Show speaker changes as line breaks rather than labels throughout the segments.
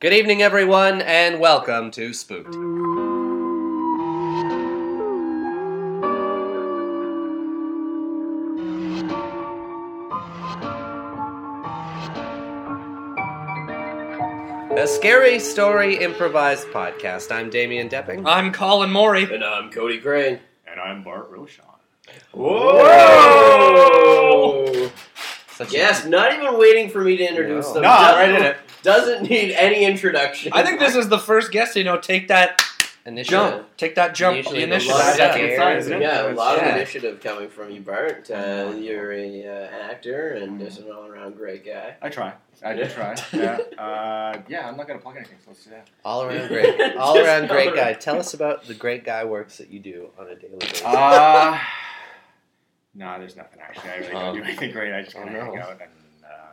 Good evening, everyone, and welcome to Spooked. A scary story improvised podcast. I'm Damian Depping.
I'm Colin Morey.
And I'm Cody Gray.
And I'm Bart Roshan.
Whoa!
Such a-
Yes, not even waiting for me to introduce
No.
them.
No, I'm right
Doesn't-
in it.
Doesn't need any introduction.
I think this is the first guest you know. Take that
initial.
jump. Take that jump.
Usually
the
the
initiative.
last
Yeah.
second.
Yeah, a lot
Yeah.
of initiative coming from you, Bart. Uh, you're a uh, actor and
Mm-hmm.
just an all-around great guy.
I try. I did try. Yeah. Uh, yeah, I'm not gonna plug anything, so let's do that.
All around great. All around great guy. Tell us about the great guy works that you do on a daily basis.
Uh, no, there's nothing actually. I really
Um,
don't do anything great. I just
oh,
kind of
no.
hang out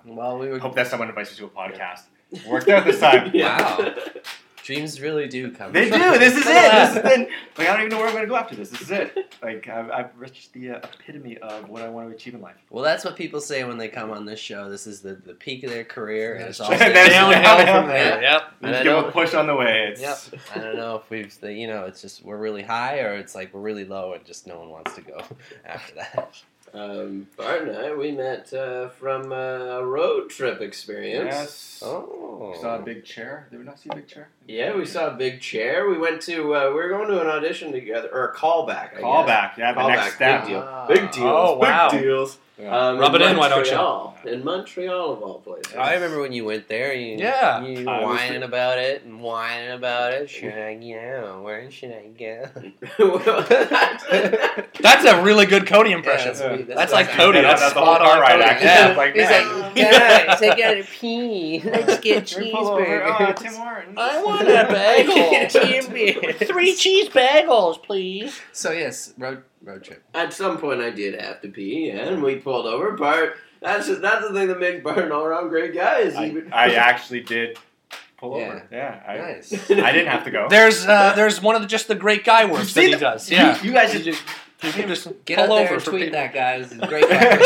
and
Well, we
uh,
were
hope that someone invites me to a podcast. Worked out this time.
Wow. dreams really do come.
They
true.
do. This is it.
Look
This
at
has been. Like I don't even know where I'm gonna go after this. This is it. Like I've, I've reached the uh, epitome of what I want to achieve in life.
Well, that's what people say when they come on this show. This is the, the peak of their career, and it's all.
That's- Downhill
from
there.
Yep.
And I
Just give
know-
a push on the way. It's,
Yep. I don't know if we've, the, you know, it's just we're really high or it's like we're really low and just no one wants to go after that.
Um, Bart and I, we met uh, from uh, a road trip experience.
Yes.
Oh.
Saw a big chair. Did we not see a big chair?
Yeah, we saw a big chair. We went to, uh, we were going to an audition together, or a callback, I
Call
guess.
back. Yeah, the
Call
next
back,
step.
big deal.
Ah.
Big deals.
Oh, wow.
Big deals.
Yeah.
Um,
Rub it in, why don't you?
Montreal. In Montreal, of all places.
I remember when you went there. You,
Yeah.
You
I was
whining about it and whining about it. Should I go? Where should I go?
Well,
That's a really good Cody impression.
Yeah, we-
That's
what
like
I-
Cody.
Yeah,
That's
that's the
spot
whole
on.
car ride,
Cody.
actually.
Yeah.
It's like,
He's like,
man.
guys, I gotta pee. Let's get
We pull over. Oh, Tim
cheeseburgers.
Hortons.
I want a bagel.
Three
cheese bagels, please.
So yes, road road trip.
At some point, I did have to pee, yeah, and we pulled over. Bart, that's that's the thing that makes Bart an all-around great guy. Is he
I,
would-
I actually did pull
Yeah.
over. Yeah, I,
Nice.
I didn't have to go.
There's uh, there's one of the, just the great guy works that
See
he
the-
does. Yeah.
You, you guys just.
You can just
Get
pull
out there
over
and
for
tweet
people.
that, guys. It's great. guy.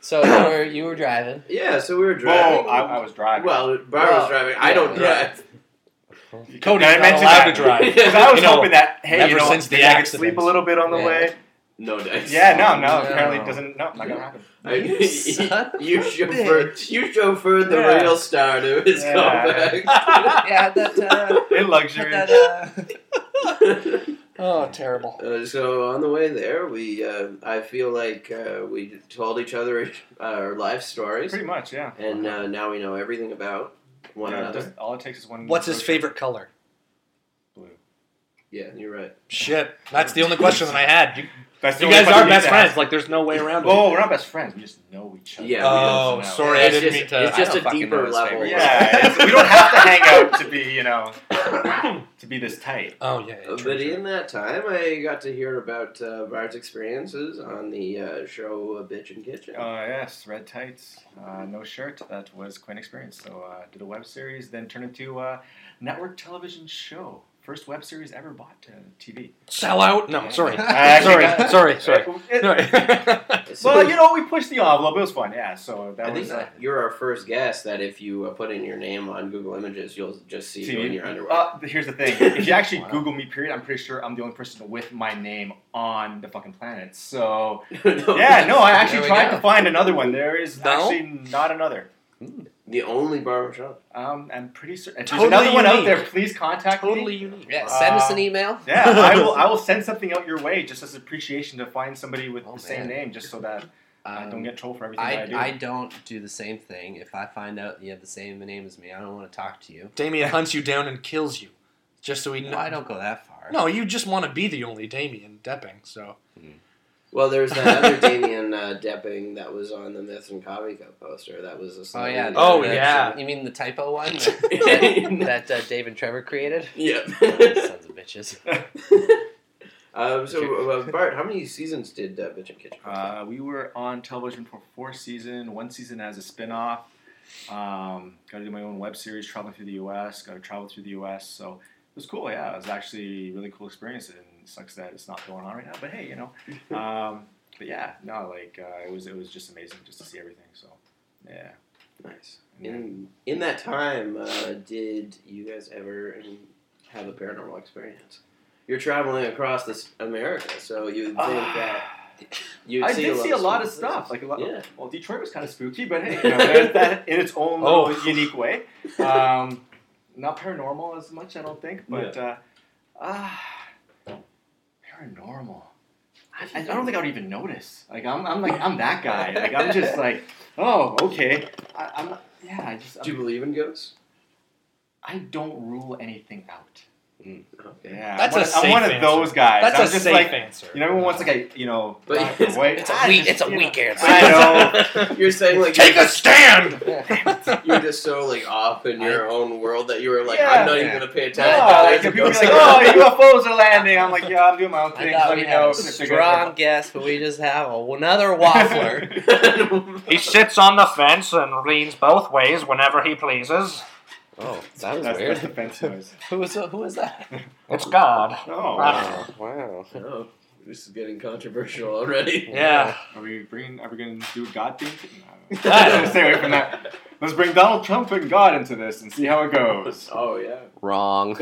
so you were you were driving.
yeah, so we were
Whoa,
driving.
I, I was driving.
well, Bart
Well,
was driving. I
yeah,
don't
yeah.
drive.
Cody's
I
not
mentioned
allowed
that.
to drive.
Because I was
You know,
hoping that hey, you
ever
know,
since the
maybe I could
accident.
sleep a little bit on the
Yeah.
way.
No dice.
Yeah, no, no.
No.
Apparently, it doesn't. No, not gonna happen.
I-
You
you
son of a
chauffeured.
bitch.
You chauffeured the
Yeah.
real star to his
Yeah.
comeback.
Yeah, that. Uh,
In luxury.
Oh, terrible.
Uh, so on the way there, we uh, I feel like uh, we told each other uh, our life stories,
Pretty much, yeah.
and uh, now we know everything about one
Yeah,
another.
just, all it takes is one.
What's his
road
favorite color?
Blue.
yeah, you're right.
Shit. That's the only question that I had. You,
That's the
you
only
guys
question
are
we
best
need to ask.
friends. Like, there's no way around it.
Oh, we're not best friends. We just know each other.
Yeah, we
Oh,
just know.
sorry, I
It's
didn't
just-
mean to-
It's
I
just
don't
a
fucking know
deeper
his
level.
favorite.
Yeah, it's- we don't have to hang out to be, you know, to be this tight.
Oh, yeah. yeah,
Uh,
true,
But
true.
in that time, I got to hear about uh, Bart's experiences on the uh, show uh, Bitch and Kitchen.
Oh yes, red tights, uh, no shirt. That was quite an experience. So uh, did a web series, then turned into a network television show. First web series ever bought to TV.
Sell out? No,
Yeah.
sorry.
I actually
sorry,
got-
sorry, sorry,
It-
sorry.
So-
well, you know, we pushed the envelope. It was fun. Yeah. So that
I think
was. Uh,
you're our first guest that if you uh, put in your name on Google Images, you'll just see you
TV.
in your underwear.
uh, here's the thing. If you actually
Wow.
Google me, period, I'm pretty sure I'm the only person with my name on the fucking planet. So
No,
yeah, no, I
There
actually
we
tried
go.
to find another one. There is
No?
actually not another.
The only barbershop.
Um, I'm pretty certain. If
Totally
there's another one out
unique.
there, please contact
totally
me.
unique.
yeah, send us an
Uh,
email.
Yeah, I will. I will send something out your way just as appreciation to find somebody with
Oh,
the same
man.
name, just so that I
Um,
don't get trolled for everything
I,
that I,
I
do.
don't do the same thing. If I find out you have the same name as me, I don't want to talk to you.
Damien hunts you down and kills you, just so he.
No, I don't go that far.
No, you just want to be the only Damien Depping. So
Well, there's that other Damien uh, Depping that was on the Myths and Coffee Cup poster. That was a
Oh yeah.
slightly
Oh,
different
yeah.
You mean the typo one that, that uh, Dave and Trevor created?
action. Yeah.
Sons of bitches.
um, so, uh, Bart, how many seasons did uh, Bitch and Kitchen?
Uh, we were on television for four season, one season as a spin-off. Um, got to do my own web series, traveling through the U.S. Got to travel through the U.S. So it was cool. Yeah, it was actually a really cool experience, and it sucks that it's not going on right now. But hey, you know. Um, but yeah, no, like uh, it was. It was just amazing just to see everything. So yeah,
Nice. In in that time, uh, did you guys ever have a paranormal experience? You're traveling across this America, so you would think that you.
Ah, I did see a lot of
strange
stuff.
places.
Like a lot.
yeah,
Well, Detroit was kind of spooky, but hey, you know, there's that in its own little
Oh.
unique way. Um, not paranormal as much, I don't think. But uh, ah, paranormal. I, I don't think I would even notice. Like I'm, I'm like I'm that guy. Like I'm just like, oh, okay. I, I'm not- yeah. I just
Do you
I'm,
believe in ghosts?
I don't rule anything out.
Okay.
Yeah,
That's
I'm
a
one, I'm
safe
one of
answer.
those guys.
That's a
I'm just
safe
like,
answer.
you know, everyone wants like a you know
But
black or
it's-
white.
It's a
I
weak.
just,
It's a
you know,
weak answer.
I know.
You're saying like
Take
you're,
a stand.
you're just so like off in your own world that you were like,
Yeah.
I'm not
Yeah.
even gonna pay attention.
No,
to
like,
there's
if
a
people be
ghost.
like, oh, UFOs are landing. I'm like, yeah, I'm doing my own
I
thing.
thought
Let
we
me
had
know.
a strong guess, but we just have another waffler.
"Oh,
He sits on the fence and leans both ways whenever he pleases.
oh, that was
That's, that's
weird.
the fence noise.
Who was who was that?
It's God.
No. uh,
Wow, wow.
oh, this is getting controversial already.
Yeah.
Are we bringing? Are we gonna do a God thing? No.
Ah.
Stay away from that. Let's bring Donald Trump and God into this and see how it goes.
Oh yeah.
Wrong.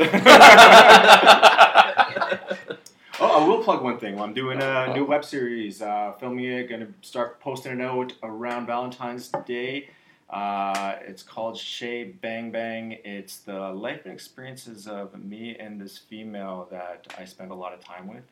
Oh, I will plug one thing. I'm doing a new web series, uh, filming it, going to start posting it out around Valentine's Day. Uh, it's called Shea Bang Bang. It's the life and experiences of me and this female that I spend a lot of time with.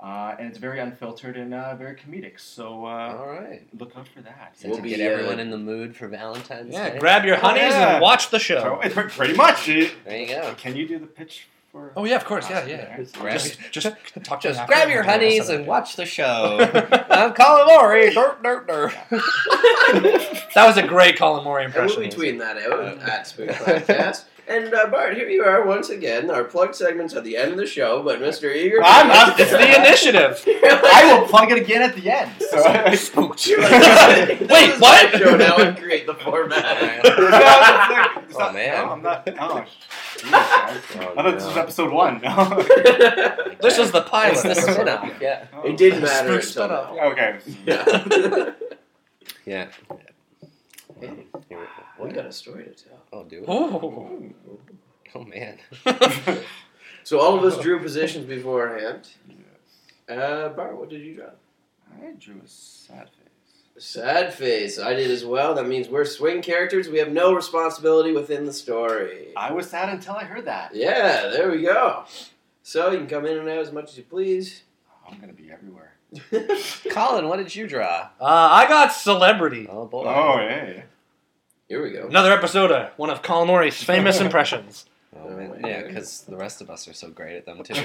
Uh, and it's very unfiltered and uh, very comedic. So uh,
All right.
look out for that.
So
We'll
to
be,
get
uh,
everyone in the mood for Valentine's
Yeah,
Day.
grab your honeys
yeah.
and watch the show.
So it's pre- pretty much it.
there you go.
Can you do the pitch for?
Oh yeah, of course, yeah, yeah.
Grab,
Just, just talk to
just
us
grab
after
your
and we'll
honeys
send it
and
to
watch the
you.
show. Uh, I'm Colin Mori. Derp, derp, derp.
that was a great Colin Murray
And
impression.
we'll be tweeting that out
Uh,
at Spoon Podcast. And uh, Bart, here you are once again. Our plug segment's at the end of the show, but Mr. Eager.
I'm- I'm-
It's the initiative.
I will plug it again at the end. So.
Spooked.
You're like, this
Wait,
is
what?
my Show now and create the format.
Oh,
No, it's like- it's
Oh,
not-
man. Oh,
No, I'm not. Oh, Jesus, guys. I thought this was
no.
episode one. No.
This is the pilot.
It's the spin-off. Yeah.
it didn't
Spook
matter. until
spun up.
now.
Okay.
Yeah.
Yeah.
Hey,
Here we go.
we got a story to tell.
I'll do it.
Ooh. Uh,
Oh man.
So all of us drew positions beforehand. Uh, Bart, what did you draw?
I drew a sad face.
Sad face. I did as well. That means we're swing characters. We have no responsibility within the story.
I was sad until I heard that.
Yeah, there we go. So you can come in and out as much as you please.
Oh, I'm gonna be everywhere.
Colin, what did you draw?
Uh, I got celebrity.
Oh boy.
Oh yeah.
Here we go.
Another episode of one of Colin Murray's famous impressions.
Oh, man. Yeah, because the rest of us are so great at them too.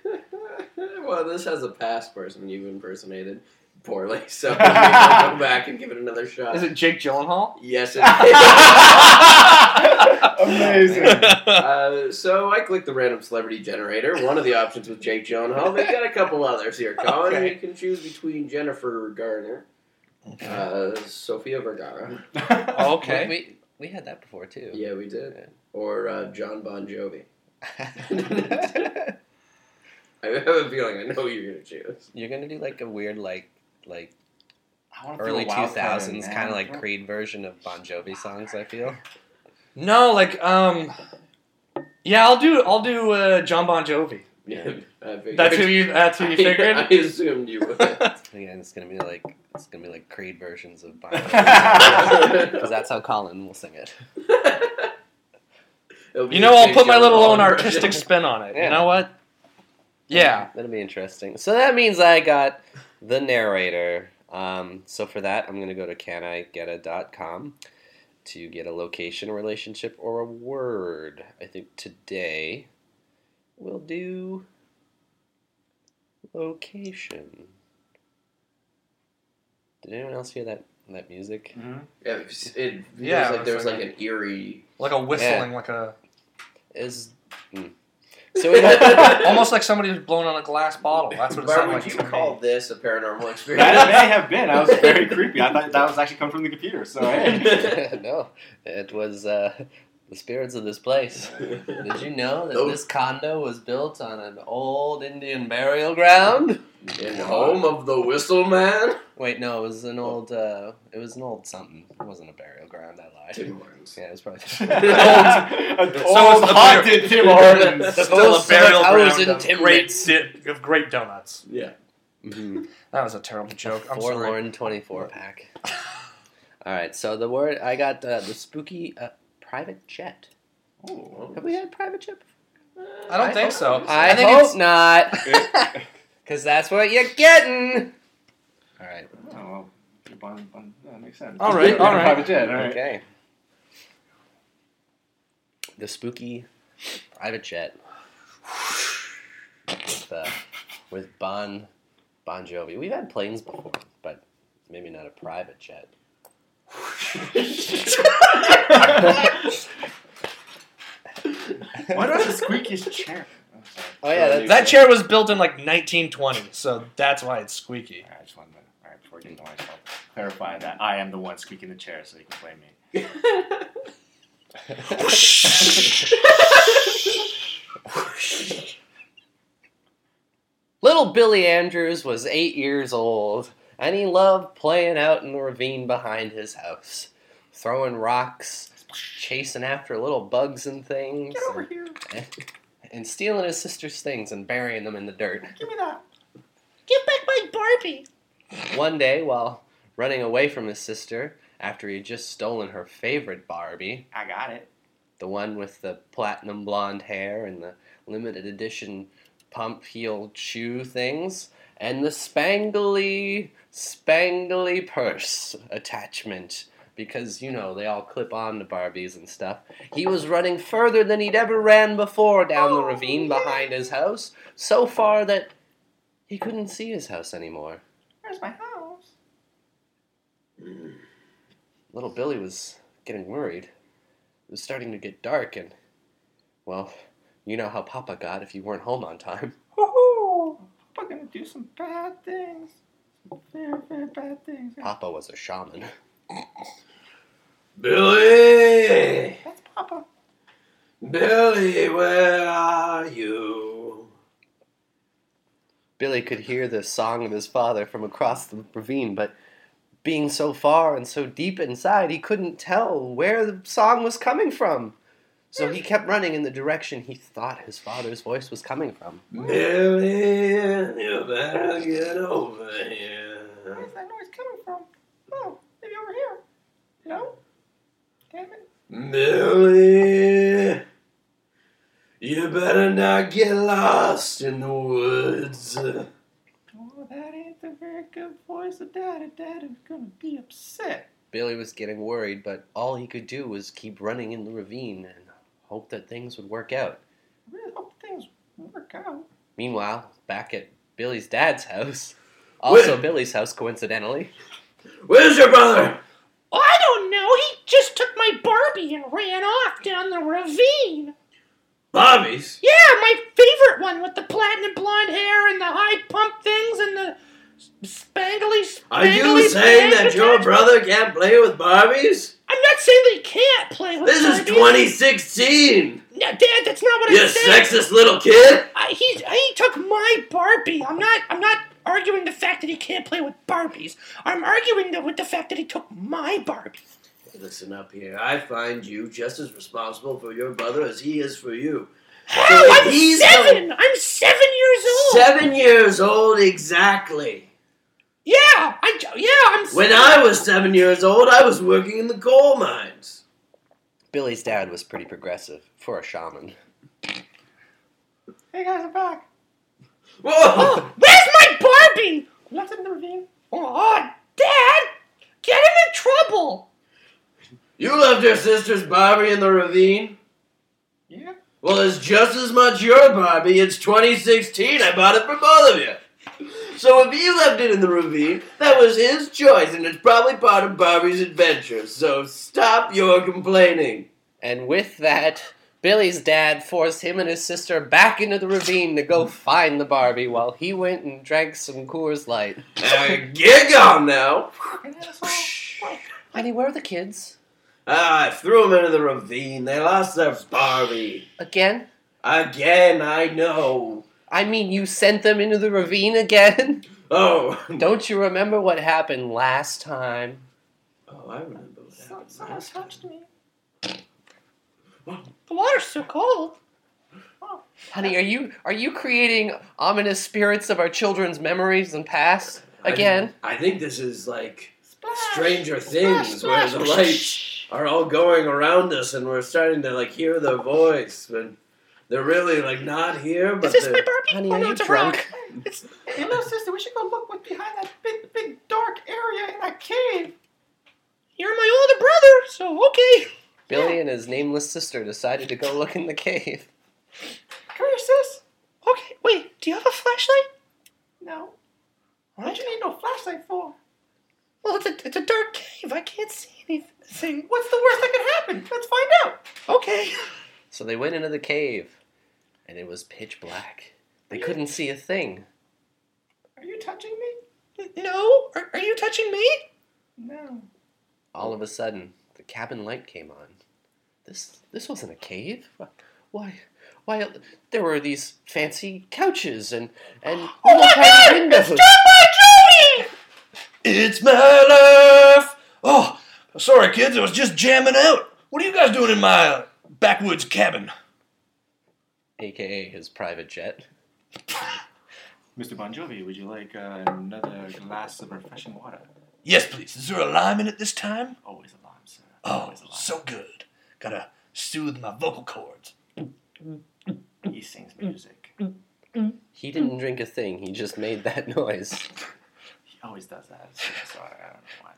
well, this has a past person you've impersonated poorly, so we'll go back and give it another shot.
Is it Jake Gyllenhaal?
yes, it is.
Amazing.
uh, so I clicked the random celebrity generator. One of the options was Jake Gyllenhaal. They've got a couple others here. Colin,
Okay.
you can choose between Jennifer Garner, uh, Sofia Vergara.
Oh, okay.
We, we, we had that before too.
Yeah, we did. Or uh, John Bon Jovi. I have a feeling I know who you're gonna choose.
You're gonna do like a weird like like
I wanna feel
early
a wild
two
card,
thousands
man.
kind of like Creed version of Bon Jovi songs. I feel.
No, like um, yeah, I'll do I'll do uh, John Bon Jovi.
Yeah, I figured.
That's who you that's who you figured.
I assumed you would.
Again, it's gonna be like it's gonna be like Creed versions of Bon Jovi because
It'll
that's how Colin will sing it.
be
you know,
a
I'll
big
put my
John
little
Bon
own
Jovi.
artistic spin on it.
Yeah.
You know what? Yeah.
that'll be interesting. So that means I got the narrator. Um, so for that, I'm gonna go to canigeta.com to get a location, a relationship, or a word. I think today we'll do location. Did anyone else hear that that music?
Mhm.
Yeah, it's- it
Yeah,
yeah,
I
like
was
there's like
thinking.
an eerie.
Like a whistling, like a
Is mm. so we got,
almost like somebody who's blown on a glass bottle. That's what it
Bart,
sounded
would
like.
you
to me.
call this a paranormal experience?
That may have been. I was very creepy. I thought that was actually coming from the computer. So hey.
no, it was uh, the spirits of this place. Did you know that
Nope.
this condo was built on an old Indian burial ground?
In home of the whistle man,
Wait, no, it was an old. Uh, it was an old something. It wasn't a burial ground. I lied.
Tim Hortons.
Yeah, it was probably.
An
it's
old
the
haunted Tim Hortons.
The Still a
Still a
burial
I was
ground of
great
great
di- of great donuts.
Yeah,
Mhm.
That was a terrible Mm-hmm. joke. I'm sorry.
Forlorn twenty-four pack. All right, so the word I got uh, the spooky uh, private jet.
Ooh.
Have we had private jet?
I don't
I
think
hope-
so.
I,
think
hope
it's
not, because that's what you're getting. All right.
Oh, well, you're buying- buying- that makes sense.
All right,
You're
all
a
right.
Private jet, all right.
Okay. The spooky private jet with, uh, with Bon Bon Jovi. We've had planes before, but maybe not a private jet.
Why do I have the squeakiest chair? Oh, sorry.
Oh yeah, that's,
that chair was built in like 1920, so that's why it's squeaky.
All right, I just wanted to, all right, before I get into myself, clarify that I am the one squeaking the chair, so you can blame me.
Little Billy Andrews was eight years old, and he loved playing out in the ravine behind his house, throwing rocks, chasing after little bugs and things, and,
here.
and stealing his sister's things and burying them in the dirt.
Give me that.
Give back my Barbie! One day, while running away from his sister, after he had just stolen her favorite Barbie,
I got it.
the one with the platinum blonde hair and the limited edition pump heel shoe things, and the spangly, spangly purse attachment. Because, you know, they all clip on to Barbies and stuff. He was running further than he'd ever ran before down the ravine behind his house, so far that he couldn't see his house anymore.
Where's my house?
Little Billy was getting worried. It was starting to get dark, and, well, you know how Papa got if you weren't home on time.
Woohoo! I'm gonna do some bad things. Some very, very bad things.
Papa was a shaman.
Billy,
That's Papa.
Billy, where are you?
Billy could hear the song of his father from across the ravine, but being so far and so deep inside, he couldn't tell where the song was coming from. So he kept running in the direction he thought his father's voice was coming from.
Billy, you better get over here.
Where's that noise coming from? Oh, maybe over here. No? Damn it.
Billy, you better not get lost in the woods.
Oh, that ain't the very good voice of Daddy. Daddy's gonna be upset.
Billy was getting worried, but all he could do was keep running in the ravine and hope that things would work out.
I really hope things work out.
Meanwhile, back at Billy's dad's house, also
Wait.
Billy's house, coincidentally,
Where's your brother?
I don't know. He just took my Barbie and ran off down the ravine.
Bobby's.
Yeah, my favorite one with the platinum blonde hair and the high pump things and the spangly.
Are you
spangly
saying
bag
that your
attached-
brother can't play with Barbies?
I'm not saying that he can't play with
This is
Barbie.
2016.
No, Dad, that's not what
You
I'm saying.
sexist little kid.
I, he's, he took my Barbie. I'm not. I'm not arguing the fact that he can't play with Barbies. I'm arguing the, with the fact that he took my Barbie.
Listen up here. I find you just as responsible for your brother as he is for you.
How?
So
I'm
he's
seven. I'm seven years old.
Seven years old exactly.
Yeah, I j- yeah, I'm.
When I was seven years old, I was working in the coal mines.
Billy's dad was pretty progressive for a shaman.
Hey guys, I'm back.
Whoa!
Oh, Where's my Barbie?
What's in the ravine?
Oh, Dad, get him in trouble.
You left your sister's Barbie in the ravine?
Yeah.
Well, it's just as much your Barbie. It's 2016. I bought it for both of you. So if he left it in the ravine, that was his choice, and it's probably part of Barbie's adventure. So stop your complaining.
And with that, Billy's dad forced him and his sister back into the ravine to go find the Barbie while he went and drank some Coors Light.
Uh, get gone now.
And that's all.
Honey, where are the kids?
Ah, I threw them into the ravine. They lost their Barbie.
Again?
Again, I know.
I mean, you sent them into the ravine again?
Oh.
Don't you remember what happened last time?
Oh, I remember what happened.
Someone
last time.
touched me. The water's so cold.
Honey, are you are you creating ominous spirits of our children's memories and past again?
I, I think this is like
Splash.
Stranger
Splash,
Things, where
splash.
the lights are all going around us, and we're starting to like hear their voice, but they're really like not here. But
Is this
they're-
my Barbie?
Honey,
oh,
are
no,
you
it's a
drunk?
rock. It's
Hello, sister. We should go look what's behind that big, big dark area in that cave.
you're my older brother, so okay.
Billy and his nameless sister decided to go look in the cave.
Come here, sis.
Okay, wait. Do you have a flashlight?
No.
What?
you need no flashlight for?
Well, it's a, it's a dark cave. I can't see anything.
What's the worst that can happen? Let's find out.
Okay.
So they went into the cave, and it was pitch black. They couldn't see a thing.
Are you touching me?
No, are, are you touching me?
No.
All of a sudden, the cabin light came on. This this wasn't a cave. Why? Why there were these fancy couches and and
Oh my God!
windows.
It's my life. Oh, sorry, kids. I was just jamming out. What are you guys doing in my backwoods cabin?
AKA his private jet.
Mr. Bon Jovi, would you like uh, another glass of refreshing water?
Yes, please. Is there a lime in it this time?
Always a lime, sir.
Oh,
Always a lime.
so good. Gotta soothe my vocal cords.
he sings music.
He didn't drink a thing. He just made that noise.
He always does that. So sorry, I don't know why.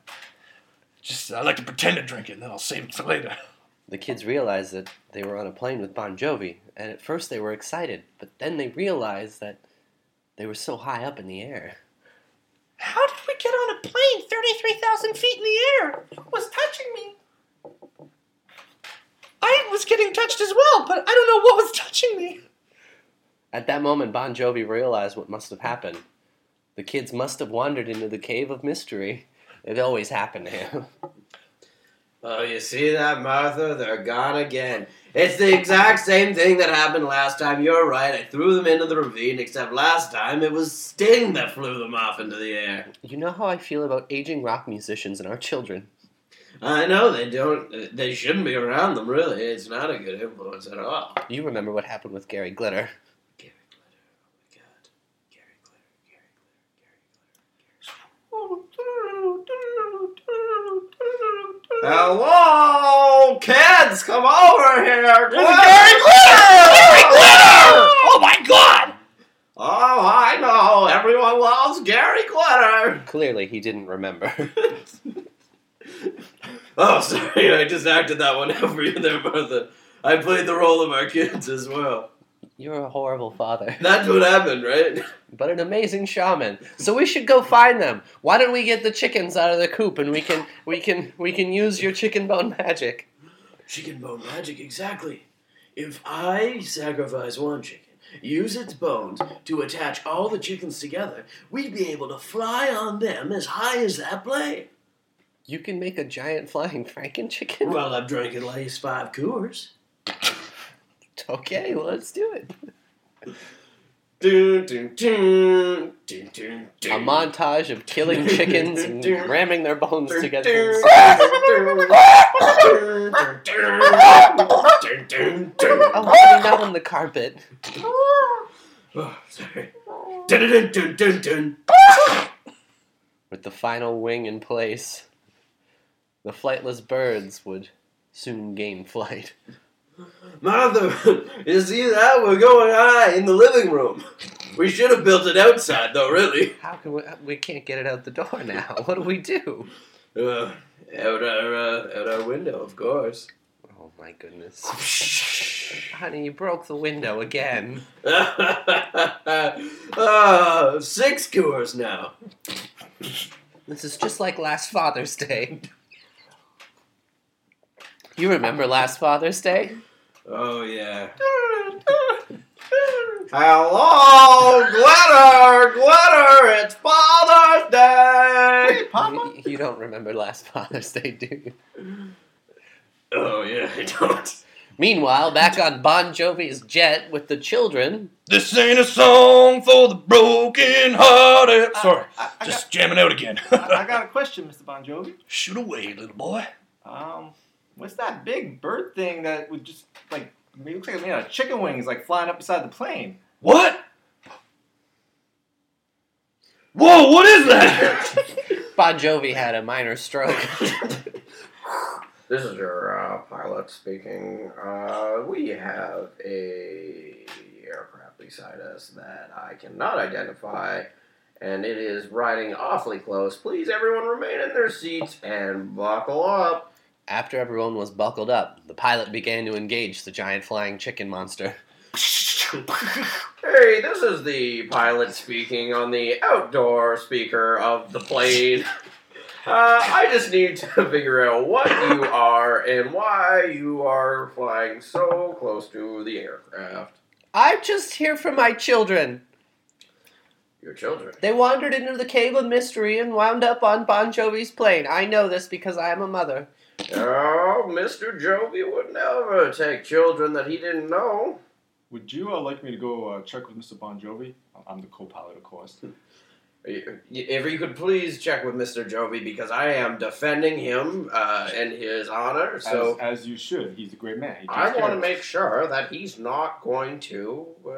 Just I like to pretend to drink it, and then I'll save it for later.
The kids realized that they were on a plane with Bon Jovi, and at first they were excited, but then they realized that they were so high up in the air.
How did we get on a plane 33,000 feet in the air? It was touching me. I was getting touched as well, but I don't know what was touching me.
At that moment, Bon Jovi realized what must have happened. The kids must have wandered into the cave of mystery. It always happened to him.
Oh, you see that, Martha? They're gone again. It's the exact same thing that happened last time. You're right. I threw them into the ravine, except last time it was Sting that flew them off into the air.
You know how I feel about aging rock musicians and our children.
I know they don't. They shouldn't be around them. Really, it's not a good influence at all.
You remember what happened with Gary Glitter.
Gary Glitter. Oh my God. Gary Glitter. Gary Glitter. Gary Glitter. Hello, kids, come over here. Gary
Oh my god!
Oh, I know. Everyone loves Gary Glitter.
Clearly, he didn't remember.
Oh, sorry, I just acted that one out for you there, Martha. I played the role of our kids as well.
You're a horrible father.
That's what happened, right?
but an amazing shaman. So we should go find them. Why don't we get the chickens out of the coop and we can we can we can use your chicken bone magic.
Chicken bone magic, exactly. If I sacrifice one chicken, use its bones to attach all the chickens together, we'd be able to fly on them as high as that plane.
You can make a giant flying franken chicken.
Well, I'm drinking Lay's five Coors.
Okay, let's do it.
Dun, dun, dun, dun, dun,
A
dun.
montage of killing chickens and ramming their bones
Dun,
together. Oh,
dun, dun, dun, dun, dun.
Oh, honey, not on the carpet.
Oh, sorry. Dun, dun, dun, dun, dun.
With the final wing in place, the flightless birds would soon gain flight.
Martha, you see that? We're going high in the living room. We should have built it outside, though, really.
How can we? We can't get it out the door now. What do we do?
Uh, out, our, uh, out our window, of course.
Oh my goodness. Honey, you broke the window again.
Ah, six cures now.
This is just like last Father's Day. You remember last Father's Day?
Oh, yeah. Hello, glitter, glitter, it's Father's Day.
You, you don't remember last Father's Day, do you?
Oh, yeah, I don't.
Meanwhile, back on Bon Jovi's jet with the children.
This ain't a song for the broken hearted. Sorry,
I, I
just jamming out again.
got, I, I got a question, Mr. Bon Jovi.
Shoot away, little boy.
Um, what's that big bird thing that would just like it looks like it's made out of chicken wings, like flying up beside the plane?
What? Whoa, what is that?
Bon Jovi had a minor stroke.
This is your uh, pilot speaking. Uh, we have a aircraft beside us that I cannot identify, and it is riding awfully close. Please, everyone, remain in their seats and buckle up.
After everyone was buckled up, the pilot began to engage the giant flying chicken monster.
Hey, this is the pilot speaking on the outdoor speaker of the plane. Uh, I just need to figure out what you are and why you are flying so close to the aircraft.
I'm just here for my children.
Your children.
They wandered into the cave of mystery and wound up on Bon Jovi's plane. I know this because I am a mother.
Oh, Mr. Jovi would never take children that he didn't know.
Would you uh, like me to go uh, check with Mr. Bon Jovi? I'm the co-pilot, of course.
If you could please check with Mr. Jovi, because I am defending him uh, and his honor, so
as, as you should, he's a great man. He takes
I
care
want to
of
make sure that he's not going to, uh,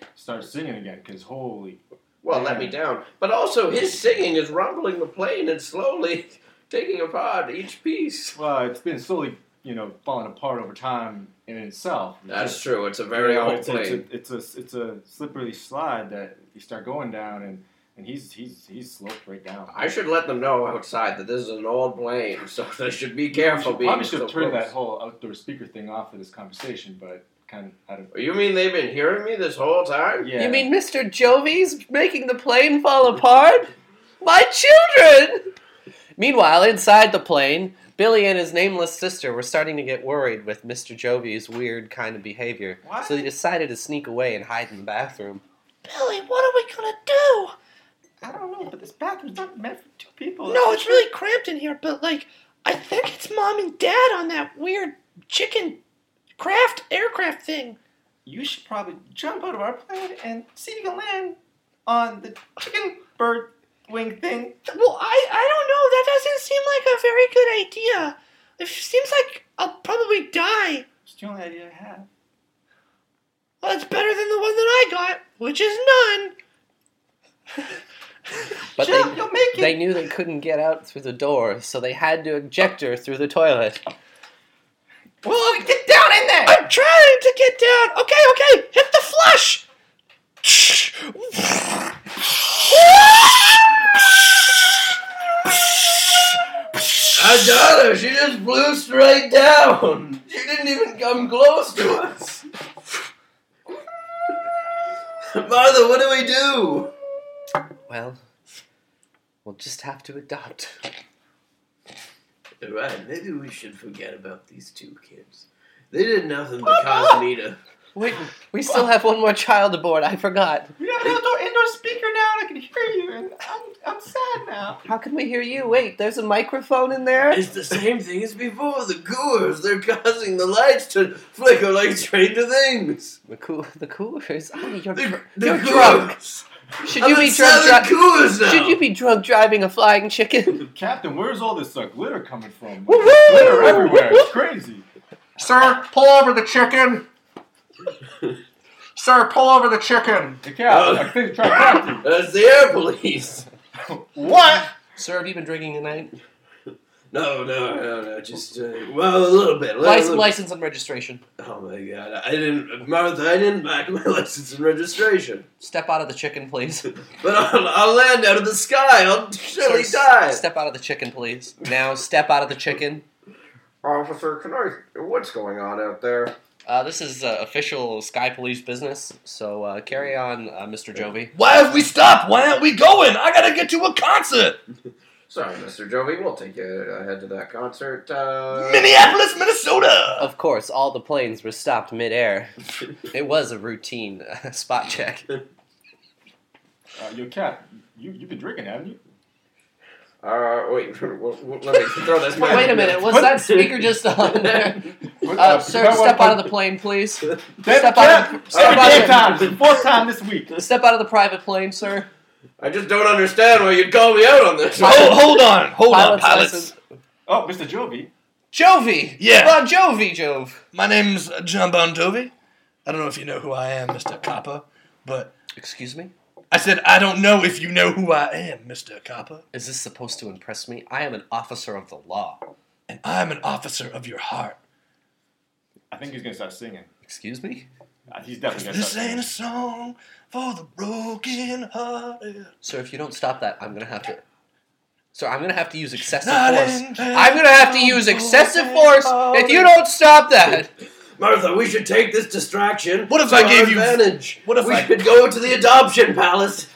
us. start singing again because holy,
well, let me down. But also, his singing is rumbling the plane and slowly taking apart each piece.
well, it's been slowly, you know, falling apart over time in itself.
That's true. It's a very
You know,
old
it's, it's,
plane.
a, it's a it's a slippery slide that you start going down and. And he's he's he's sloped right down.
I should let them know outside that this is an old plane, so they should be
We
careful
should-
being
probably should
so
have turned
close.
that whole outdoor speaker thing off for this conversation, but kind of out of
You mean they've been hearing me this whole time?
yeah.
You mean Mr. Jovi's making the plane fall apart? My children! Meanwhile, inside the plane, Billy and his nameless sister were starting to get worried with Mr. Jovi's weird kind of behavior.
What?
So they decided to sneak away and hide in the bathroom.
Billy, what are we gonna do?
I don't know, but this bathroom's not meant for two people.
No, it's really cramped in here, but like, I think it's mom and dad on that weird chicken craft aircraft thing.
You should probably jump out of our plane and see if you can land on the chicken bird wing thing.
Well, I I don't know. That doesn't seem like a very good idea. It seems like I'll probably die.
It's the only idea I have.
Well, it's better than the one that I got, which is none.
But
Jump,
they,
you'll make it.
they knew they couldn't get out through the door, so they had to eject her through the toilet.
Well, get down in there. I'm trying to get down. Okay, okay, hit the flush.
I got her. She just blew straight down. She didn't even come close to us. Martha, what do we do?
Well, we'll just have to adopt.
All right, maybe we should forget about these two kids. They did nothing to cause me to.
Wait, we still have one more child aboard. I forgot.
We have an outdoor indoor speaker now, and I can hear you, and I'm, I'm sad now.
How can we hear you? Wait, there's a microphone in there.
It's the same thing as before. The goers, they're causing the lights to flicker like stranger things.
The cool, the coolers. Oh, you're,
The,
dr-
the
you're
goers.
drunk. Should
I'm
you
at
be
seven
drunk? Dri-
goers now.
should you be drunk driving a flying chicken?
Captain, where's all this uh, glitter coming from?
Woo-hoo!
Glitter everywhere. It's crazy.
Sir, pull over the chicken. Sir, pull over the chicken.
The cat, I think, try to catch you.
That's the air police.
What?
Sir, have you been drinking tonight?
No, no, no, no. Just uh, well, a little bit. a little-
License,
little-
license and registration.
Oh my god! I didn't, Martha. I didn't back my license and registration.
Step out of the chicken, please.
But I'll, I'll land out of the sky. I'll surely
Sir,
die.
Step out of the chicken, please. Now, step out of the chicken.
Officer, can I? What's going on out there?
Uh, this is uh, official Sky Police business, so uh, carry on, uh, Mr. Jovi.
Why have we stopped? Why aren't we going? I gotta get to a concert.
Sorry, Mr. Jovi. We'll take you ahead to that concert. Uh,
Minneapolis,
Oh,
Minnesota.
Of course, all the planes were stopped midair. It was a routine uh, spot check.
Uh, yo, Cap, you, you've been drinking, haven't you?
Uh, wait, w- w- let me throw this.
Wait, a minute, was that speaker just on there? Uh, sir, step out of the plane, please. Step out of, step, out
Every
of
time, fourth time this week.
the, step out of the private plane, sir.
I just don't understand why you'd call me out on this.
Hold, hold on, hold on,
Pilot's
pilots.
license.
Oh, Mr. Jovi.
Jovi!
Yeah.
Bon Jovi, Jove.
My name's John Bon Jovi. I don't know if you know who I am, Mr. Copper, but
Excuse me?
I said I don't know if you know who I am, Mr. Copper,
Is this supposed to impress me? I am an officer of the law.
and I'm an officer of your heart.
I think he's gonna start singing.
Excuse me?
Uh, He's definitely gonna
This
start
ain't a
singing.
song for the broken hearted.
Sir, if you don't stop that, I'm gonna have to. Sir, I'm gonna have to use excessive
Not
force.
in vain.
I'm gonna have to use excessive force if you don't stop that.
Martha, we should take this distraction.
What if
to
I
our
gave you-
advantage?
what if
we
I-
could go to the adoption palace?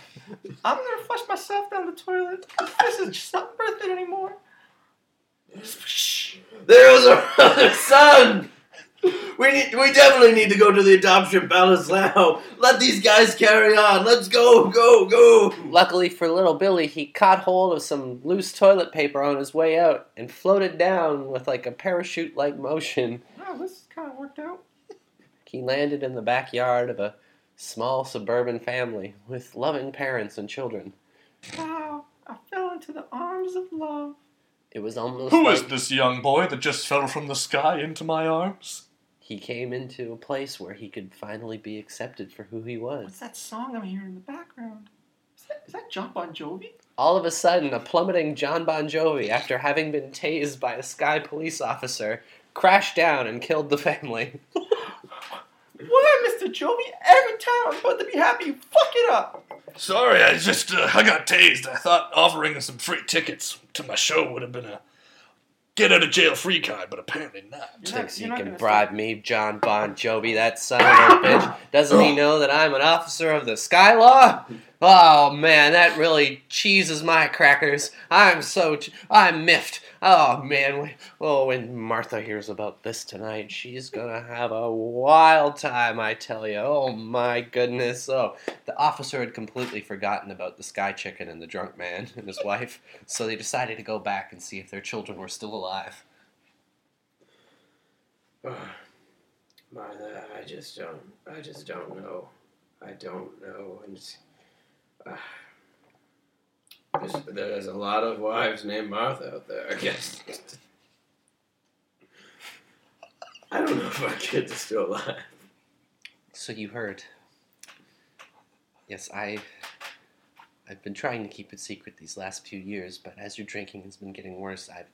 I'm gonna flush myself down the toilet. This is just not worth it anymore.
There is our other son. We need, we definitely need to go to the adoption palace now. Let these guys carry on. Let's go, go, go.
Luckily for little Billy, he caught hold of some loose toilet paper on his way out and floated down with like a parachute like motion.
Oh, this kind of worked out.
He landed in the backyard of a small suburban family with loving parents and children.
Wow, I fell into the arms of love.
It was almost
Who
like
is this young boy that just fell from the sky into my arms?
he came into a place where he could finally be accepted for who he was.
What's that song I'm hearing in the background? Is that, is that John Bon Jovi?
All of a sudden, a plummeting John Bon Jovi, after having been tased by a sky police officer, crashed down and killed the family.
Why, Mr. Jovi? Every time I'm supposed to be happy, you fuck it up.
Sorry, I just uh, I got tased. I thought offering some free tickets to my show would have been a get out of jail free card, but apparently not.
not-
Thinks he
you're not
can
gonna
bribe me, John Bon Jovi, that son of a bitch. Doesn't he know that I'm an officer of the sky law? Oh man, that really cheeses my crackers. I'm so ch- I'm miffed. Oh man, when, oh when Martha hears about this tonight, she's gonna have a wild time, I tell you. Oh my goodness. Oh, the officer had completely forgotten about the sky chicken and the drunk man and his wife, so they decided to go back and see if their children were still alive.
Martha, I just don't. I just don't know. I don't know. And it's- ah. There's- there's a lot of wives named Martha out there. I guess. I don't know if our kids are still alive.
So you heard. Yes, I. I've been trying to keep it secret these last few years, but as your drinking has been getting worse, I've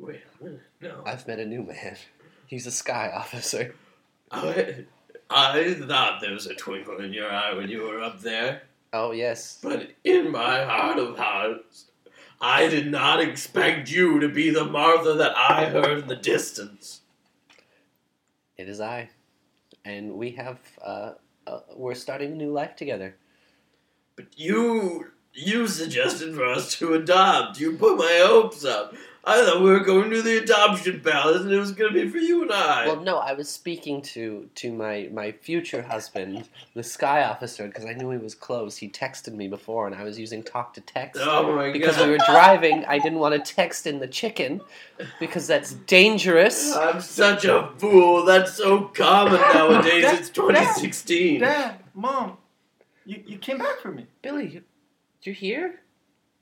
Wait a minute. No.
I've met a new man. He's a sky officer.
I, I thought there was a twinkle in your eye when you were up there,
Oh yes,
but in my heart of hearts, I did not expect you to be the Martha that I heard in the distance.
it is I, and we have. Uh, uh, we're starting a new life together.
But you, you suggested for us to adopt. You put my hopes up. I thought we were going to the adoption palace and it was going to be for you and I.
Well, no, I was speaking to to my my future husband, the sky officer, because I knew he was close. He texted me before, and I was using talk to text.
oh my
because
god.
we were driving. I didn't want to text in the chicken because that's dangerous.
I'm such a fool. That's so common nowadays.
That-
it's 2016.
Dad, Mom, you, you came back for me.
Billy, you- you're here?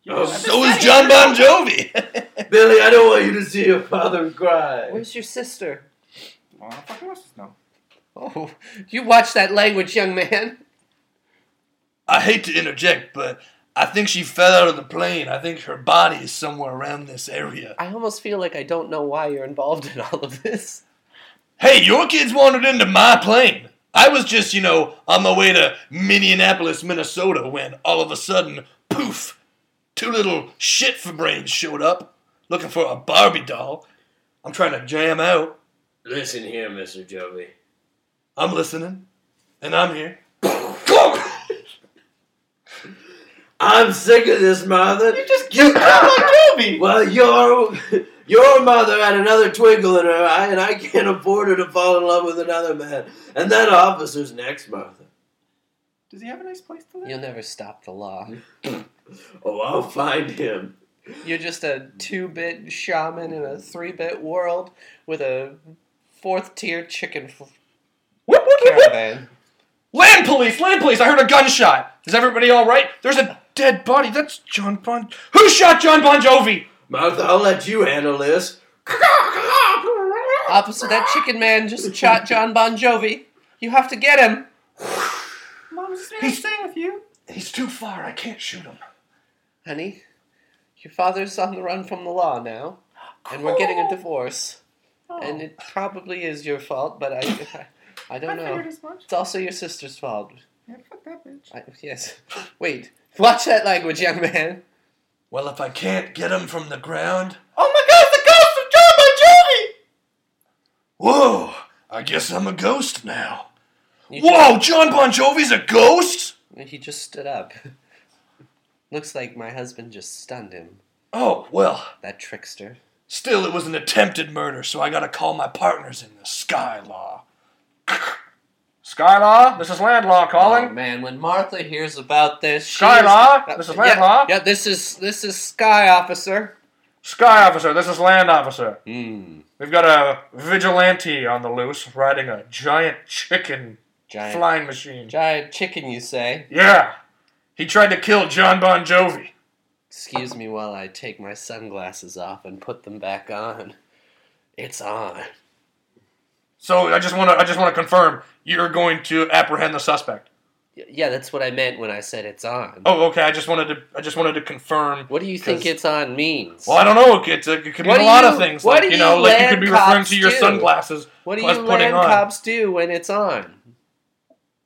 You
Oh,
I've been
So is John
saying-
Bon Jovi.
Billy, I don't want you to see your father cry.
Where's your sister?
Well, how fucking else is no.
Oh, you watch that language, young man.
I hate to interject, but I think she fell out of the plane. I think her body is somewhere around this area.
I almost feel like I don't know why you're involved in all of this.
Hey, your kids wandered into my plane. I was just, you know, on my way to Minneapolis, Minnesota, when all of a sudden, poof, two little shit for brains showed up looking for a Barbie doll. I'm trying to jam out.
Listen here, Mr. Jovi.
I'm listening, and I'm here.
I'm sick of this, mother. You just
John Bon Jovi!
well, your your mother had another twinkle in her eye, and I can't afford her to fall in love with another man. And that officer's next, Martha.
Does he have a nice place to live?
You'll never stop the law.
Oh, I'll find him.
You're just a two-bit shaman in a three-bit world with a fourth-tier chicken f-
Whoop, whoop, whoop, whoop.
caravan.
Land police, land police! I heard a gunshot. Is everybody all right? There's a dead body. That's John Bon. Who shot John Bon Jovi?
Martha, I'll let you handle this.
Officer, that chicken man just shot John Bon Jovi. You have to get him.
He's staying with you. He's too far. I can't shoot him.
Honey, your father's on the run from the law now, and we're getting a divorce. And it probably is your fault, but I, I, I don't know. It's also your sister's fault. I, yes. Wait. Watch that language, young man.
Well, if I can't get him from the ground.
Oh my god, the ghost of John Bon Jovi!
Whoa! I guess I'm a ghost now.
You
Whoa! John Bon Jovi's a ghost?
He just stood up. Looks like my husband just stunned him.
Oh, well.
That trickster.
Still, it was an attempted murder, so I gotta call my partners in the Sky Law.
Sky Law, this is Land Law
Oh
calling.
man, when Martha hears about this, she
Sky
is-
Law, this is
Oh, yeah,
Land Law.
Yeah, this is this is Sky Officer.
Sky Officer, this is Land Officer.
Hmm.
We've got a vigilante on the loose riding a giant chicken
Giant
flying machine.
giant chicken, you say?
Yeah. He tried to kill John Bon Jovi.
Excuse me while I take my sunglasses off and put them back on. It's on.
So I just want to I just want to confirm you're going to apprehend the suspect.
Y- Yeah, that's what I meant when I said it's on.
Oh, okay. I just wanted to I just wanted to confirm
What do you think
'Cause-
it's on means?
Well, I don't know. It could, it could
What
mean a
do
lot
you-
of things.
what
Like,
do
you know,
you
like you
land
could be referring
cops
to your
do?
sunglasses.
what do
plus
you
putting
land
on.
cops do when it's on?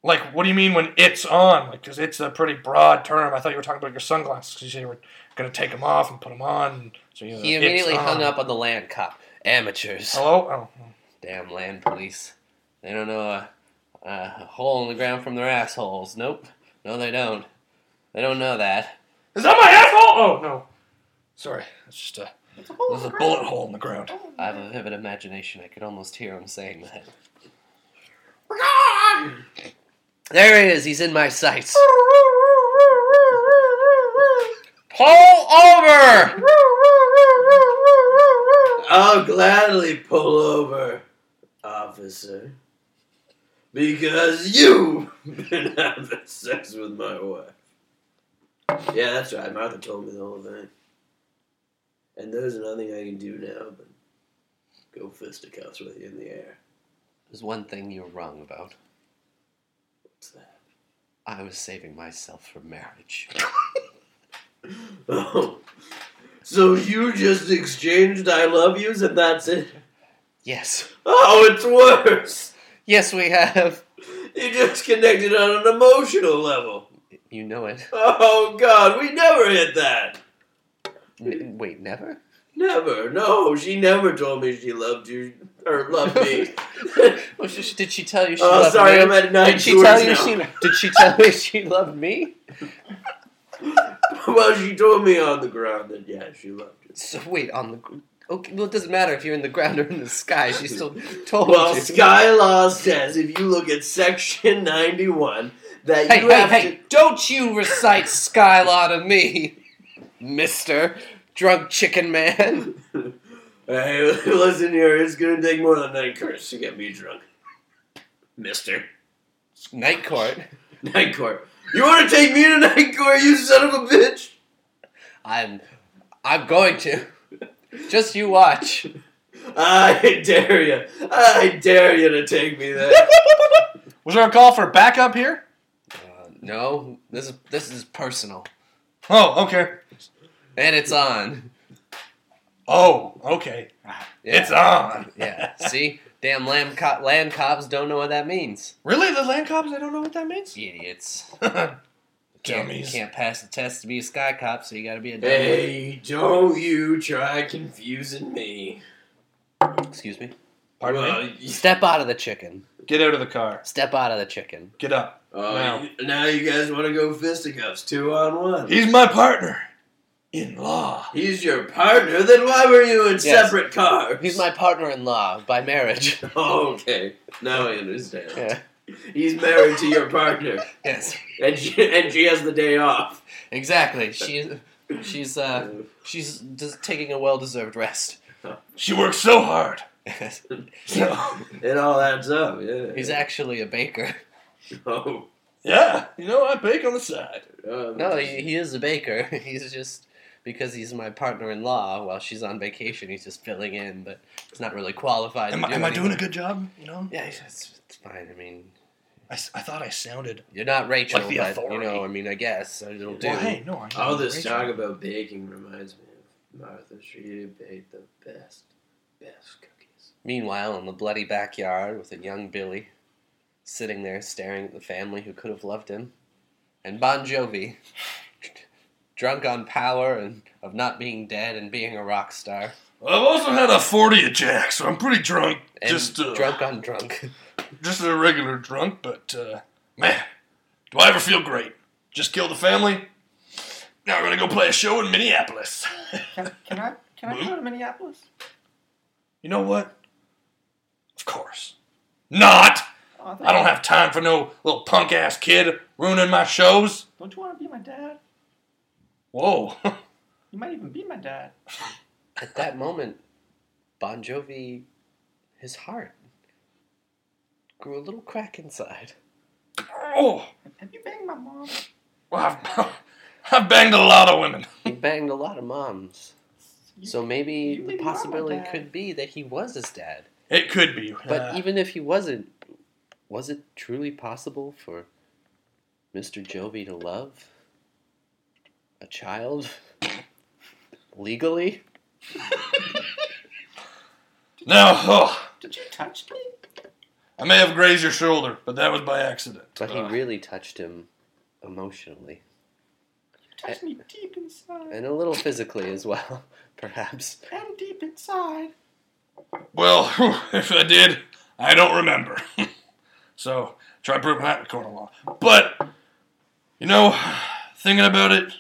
Like, what do you mean when it's on? Like, because it's a pretty broad term. I thought you were talking about your sunglasses because you said you were going to take them off and put them on. So you know,
He
it's
immediately
on.
hung up on the land cop. Amateurs.
Hello? Oh.
Damn land police. They don't know a, a hole in the ground from their assholes. Nope. No, they don't. They don't know that.
Is that my asshole? Oh, no.
Sorry, it's just a, there's a bullet hole in the ground.
I have a vivid imagination. I could almost hear him saying that. There it is. He's in my sights. Pull over!
I'll gladly pull over, officer. Because you've been having sex with my wife. Yeah, that's right. Martha told me the whole thing. And there's nothing I can do now but go fisticuffs with you in the air.
There's one thing you're wrong about.
What's that?
I was saving myself for marriage.
Oh. So you just exchanged I love yous and that's it?
Yes.
Oh, it's worse!
Yes, we have.
You just connected on an emotional level.
You know it.
Oh, God, we never hit that.
N- wait, never?
Never. No, she never told me she loved you or loved me.
Well, sh- sh- Did she tell you she
oh,
loved
sorry,
me?
I'm at nine
did she tell
tours
you
now.
she did she tell me she loved me?
well, she told me on the ground that yeah, she loved you.
So wait on the gr- okay. Well, it doesn't matter if you're in the ground or in the sky. She still told
Well,
you.
Sky Law says if you look at Section 91 that
hey,
you
hey,
have
hey!
to.
Don't you recite sky law to me, Mister Drunk Chicken Man.
Hey, listen here, it's gonna take more than nine courts to get me drunk, Mister
Night court.
Night Court. You want to take me to Night Court, you son of a bitch?
I'm I'm going to. Just you watch.
I dare you. I dare you to take me there.
Was there a call for backup here?
Uh, no, this is this is personal,
Oh, okay.
and it's on.
Oh, okay.
Yeah.
It's on.
Yeah. See, damn lamb co- land cops don't know what that means.
Really? The land cops? I don't know what that means.
Idiots. Can't, you
Dummies.
can't pass the test to be a sky cop, so you got to be a dummy.
Hey, don't you try confusing me.
Excuse me.
Pardon me?
well, you-
Step out of the chicken.
Get out of the car.
Step out of the chicken.
Get up.
oh,
Wow.
you- now you guys want to go fisticuffs, two on one.
He's my partner in law.
He's your partner, then why were you in separate cars?
He's my partner in law by marriage.
Oh, okay, now I understand.
Yeah.
He's married to your partner,
Yes.
and she, and she has the day off.
Exactly. She She's uh, she's just taking a well-deserved rest.
She works so hard. So,
It all adds up. Yeah.
He's actually a baker.
Oh,
yeah, you know, I bake on the side.
um,
No, he, he is a baker. He's just because he's my partner-in-law while she's on vacation. He's just filling in, but he's not really qualified.
Am,
to
I-
do
am I doing a
anything.
good job? You know,
Yeah, it's, it's fine. I mean,
I, s- I thought I sounded.
you're not Rachel,
Like the
but you
authority.
know, I mean, I guess it'll do.
Well, hey, no, I
all this
Rachel.
talk about baking reminds me of Martha. She baked the best, best cookies.
Meanwhile, in the bloody backyard with a young Billy sitting there staring at the family who could have loved him, and Bon Jovi, drunk on power and of not being dead and being a rock star,
I've also had a forty at Jack, so I'm pretty drunk.
and
just uh,
drunk on drunk.
just a regular drunk, but uh, man, do I ever feel great? Just kill the family. Now we're gonna go play a show in Minneapolis.
Can, can I can I go to Minneapolis?
You know what? Of course, not.
Oh, I, thought-
I don't have time for no little punk ass kid ruining my shows.
Don't you want to be my dad?
Whoa.
You might even be my dad.
at that moment, Bon Jovi, his heart grew a little crack inside.
oh,
Have you banged my mom?
well, I've, I've banged a lot of women.
He banged a lot of moms. So maybe
you
the
really are my
possibility
dad.
could be that he was his dad.
It could be.
But
uh,
even if he wasn't, was it truly possible for Mr. Jovi to love a child legally?
now, oh,
Did you touch me?
I may have grazed your shoulder, but that was by accident.
But he
Uh,
really touched him emotionally
You touched me deep
Eh.
inside
and a little physically as well, perhaps.
and deep inside.
well, if I did, I don't remember. so try proving that in a court of law. But you know, thinking about it,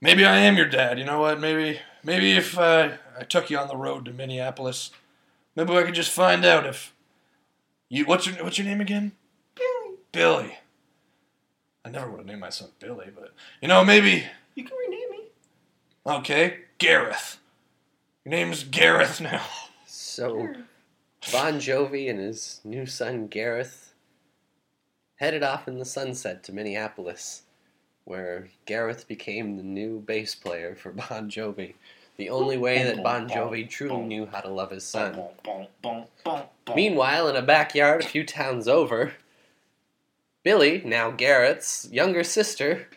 maybe I am your dad. You know what? Maybe, maybe if I, I took you on the road to Minneapolis, maybe I could just find out if you. What's your What's your name again?
Billy,
Billy. I never would have named my son Billy, but you know, maybe
you can rename me.
okay, Gareth. Your name's Gareth now.
So Bon Jovi and his new son Gareth headed off in the sunset to Minneapolis, where Gareth became the new bass player for Bon Jovi. The only way that Bon Jovi truly knew how to love his son.
Boom, boom, boom, boom.
Meanwhile, in a backyard a few towns over, Billy, now Gareth's younger sister,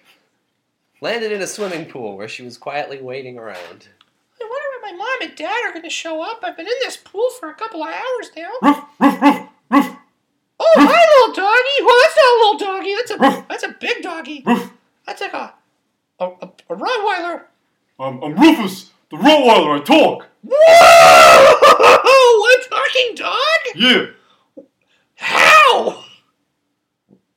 landed in a swimming pool where she was quietly waiting around.
I wonder when my mom and dad are going to show up. I've been in this pool for a couple of hours now.
Roof, roof, roof, roof.
Oh, hi, little doggy. Well, that's not a little doggy. That's a that's a big doggy. That's like a a, a, a Rottweiler.
I'm, I'm Um, Rufus, the Rottweiler. I talk.
Whoa! A talking dog?
Yeah.
How?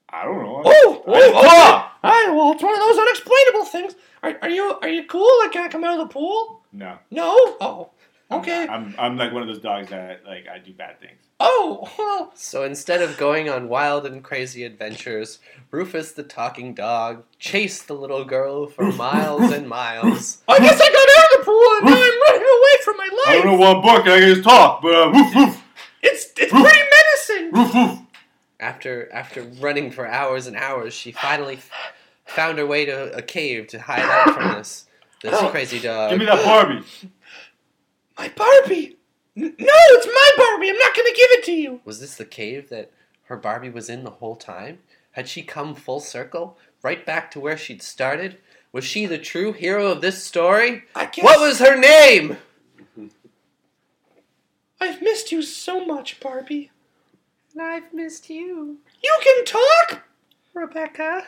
I don't know. I-
Oh, oh, oh. Hi, well, it's one of those unexplainable things. Are, are you are you cool? Like, can I come out of the pool?
No.
No. Oh. Okay.
I'm, I'm like one of those dogs that like I do bad things.
Oh. Well,
So instead of going on wild and crazy adventures, Rufus the talking dog chased the little girl for miles and miles.
I guess I got out of the pool and now I'm running away from my life.
I don't know what book I can just talk, but uh, woof woof
It's it's pretty medicine.
woof woof.
After after running for hours and hours, she finally f- found her way to a cave to hide out from this this crazy
Oh.
dog.
Give me that Barbie.
My Barbie. N- No, it's my Barbie. I'm not gonna give it to you.
Was this the cave that her Barbie was in the whole time? Had she come full circle, right back to where she'd started? Was she the true hero of this story?
I guess.
What was her name?
I've missed you so much, Barbie.
And I've missed you.
You can talk, Rebecca.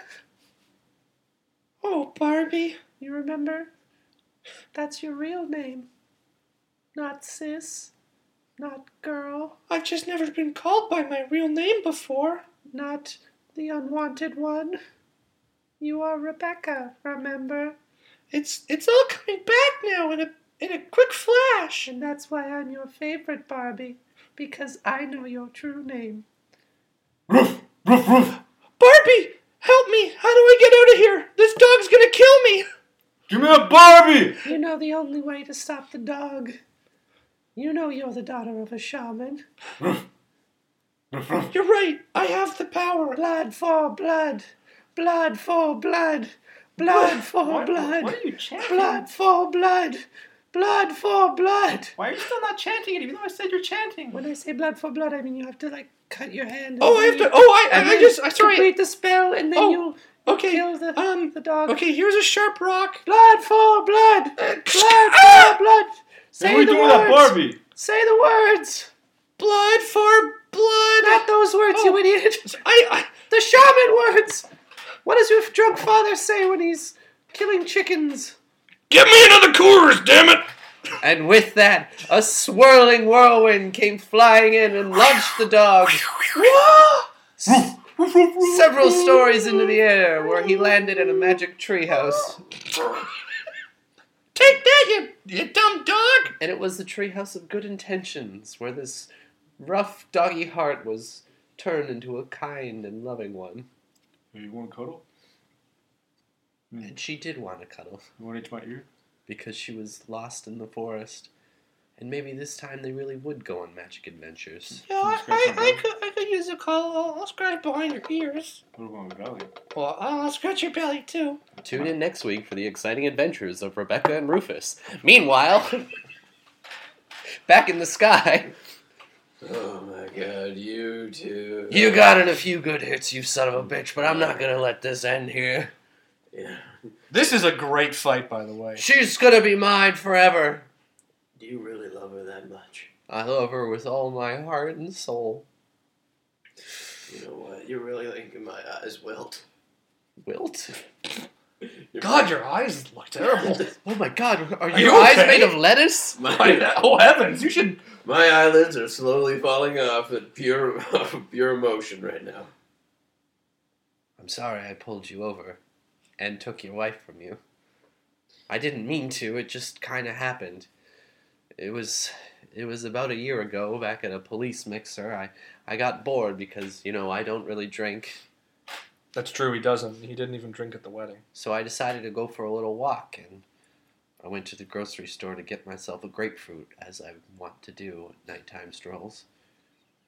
Oh, Barbie.
You remember? That's your real name. Not sis, not girl,
I've just never been called by my real name before.
not the unwanted one. You are Rebecca, remember?
It's it's all coming back now in a in a quick flash.
And that's why I'm your favorite Barbie, because I know your true name.
Roof roof roof.
Barbie, help me! How do I get out of here? This dog's gonna kill me.
Give me a Barbie!
You know the only way to stop the dog. You know you're the daughter of a shaman. you're right. I have the power. Blood for blood. Blood for blood. Blood for blood.
What are you chanting?
blood for blood. Blood for blood.
Why are you still not chanting it, even though I said you're chanting?
When I say blood for blood, I mean you have to like cut your hand. and
Oh, I have
bleed,
to. Oh, I,
and
I, I
then
just. I sorry.
Complete the spell, and then
Oh,
you'll
okay,
kill the,
um,
the dog.
Okay, here's a sharp rock.
Blood for blood. Blood for blood. Say
What are we
the
doing with
words.
that Barbie?
Say the words.
Blood for blood. Oh.
Not those words, you idiot.
I,
The shaman words. What does your drunk father say when he's killing chickens?
Give me another chorus, damn it!
And with that, a swirling whirlwind came flying in and launched the dog several stories into the air, where he landed in a magic treehouse.
take that, you, you dumb dog.
And it was the treehouse of good intentions, where this rough doggy heart was turned into a kind and loving one.
You want to cuddle?
And she did want to cuddle,
You want to itch my ear?
because she was lost in the forest. And maybe this time they really would go on magic adventures.
Yeah, I, I, I, could, I could use a call. I'll, I'll scratch behind your ears.
Put it on my belly.
Well, I'll, I'll scratch your belly too.
Tune in next week for the exciting adventures of Rebecca and Rufus. Meanwhile, back in the sky,
Oh my god, you too.
you got in a few good hits, you son of a bitch, but I'm not gonna let this end here.
Yeah.
This is a great fight, by the way.
She's gonna be mine forever.
Do you really love her that much?
I love her with all my heart and soul.
You know what? You're really making my eyes wilt.
Wilt?
God, your eyes look terrible.
Oh my god, are,
you
your eyes
okay?
made of lettuce?
My,
oh heavens, you should.
my eyelids are slowly falling off at pure pure emotion right now.
I'm sorry I pulled you over and took your wife from you. I didn't mean to, it just kind of happened. It was it was about a year ago back at a police mixer. I I got bored because, you know, I don't really drink.
That's true. He doesn't. He didn't even drink at the wedding.
So I decided to go for a little walk and I went to the grocery store to get myself a grapefruit as I want to do at nighttime strolls.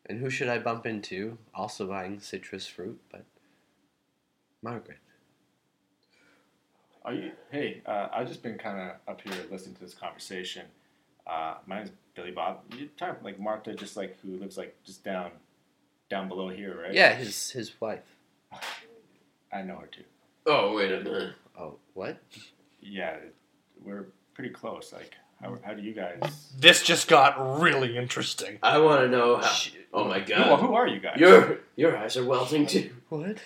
And who should I bump into also buying citrus fruit but Margaret.
Are you? Hey, uh, I've just been kind of up here listening to this conversation. Uh, my name's Billy Bob. You're talking like Martha, just like who lives like just down, down below here, right?
Yeah, his his wife.
I know her too.
Oh wait a minute.
Oh, what?
Yeah, we're pretty close. Like, how, how do you guys?
This just got really interesting.
I want to know how.
Shit.
Oh my
Well,
god.
who are you guys?
Your your eyes are welting too.
What?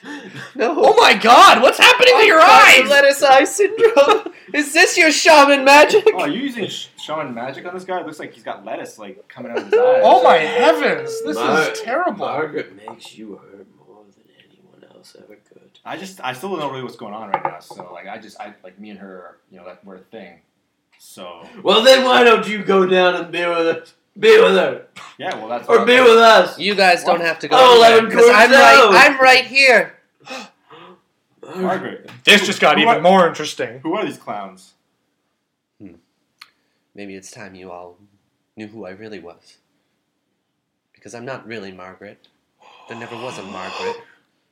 No.
Oh my God, what's happening to your
Eyes!
eyes?
Lettuce eye syndrome. Is this your shaman magic?
Oh, are you using sh- Shaman magic on this guy? It looks like he's got lettuce like coming out of his eyes.
Oh my heavens, this
Mar-
is terrible.
Margaret makes you hurt more than anyone else ever could.
I just I still don't know really what's going on right now. So like I just I like me and her, are, you know, that we're a thing. So
Well, then why don't you go down and be with us? Be with her,
yeah, well that's
or be with us.
You guys don't
What?
have to go.
Oh,
anywhere,
Lemon
'cause I'm
Cornetto!
right. I'm right here.
Margaret.
Margaret.
This just got
Who
even
are-
more interesting.
Who are these clowns?
Maybe it's time you all knew who I really was. Because I'm not really Margaret. There never was a Margaret.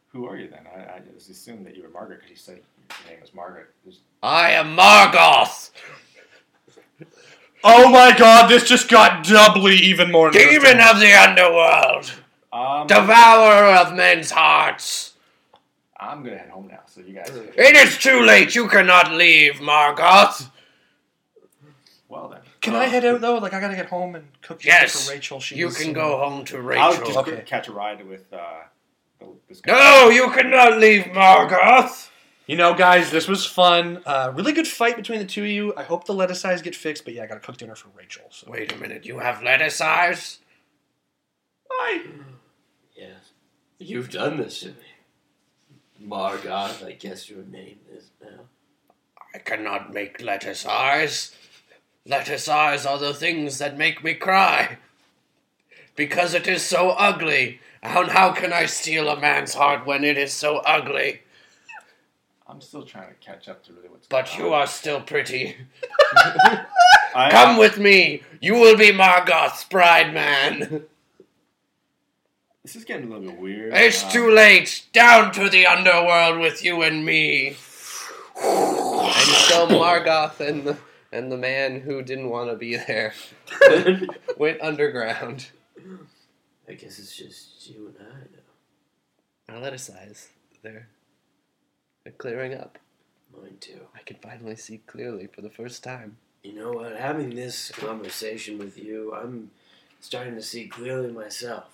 Who are you then? I, I just assumed that you were Margaret because you said your name was Margaret. There's-
I am Margoth,
Oh my god, this just got doubly even more interesting.
demon of the underworld,
Um,
devourer of men's hearts.
I'm gonna head home now. So you guys,
It is too late. You cannot leave, Margoth.
well then,
Can I head out though? Like I gotta get home and cook dinner
Yes,
for Rachel. She
You
was,
can
uh,
go home to
I'll just
Rachel.
Okay.
go catch a ride with uh, the, this guy.
No, Oh, you cannot leave, Margoth.
You know, guys, this was fun. Uh, really good fight between the two of you. I hope the lettuce eyes get fixed, but yeah, I gotta cook dinner for Rachel. So.
Wait a minute, you have lettuce eyes?
Yes, you've done this to me, Margoth. I guess your name is now.
I cannot make lettuce eyes. Lettuce eyes are the things that make me cry. Because it is so ugly. And how can I steal a man's heart when it is so ugly?
I'm still trying to catch up to really what's
But
going
you
on.
are still pretty.
I,
Come with me. You will be Margot's bride man.
This is getting a little bit weird.
It's
Um,
too late. Down to the underworld with you and me. And so Margoth and the, and the man who didn't want to be there went underground.
I guess it's just you and I now.
Atleticize. They're, they're clearing up.
Mine too.
I can finally see clearly for the first time.
You know what? Having this conversation with you, I'm starting to see clearly myself.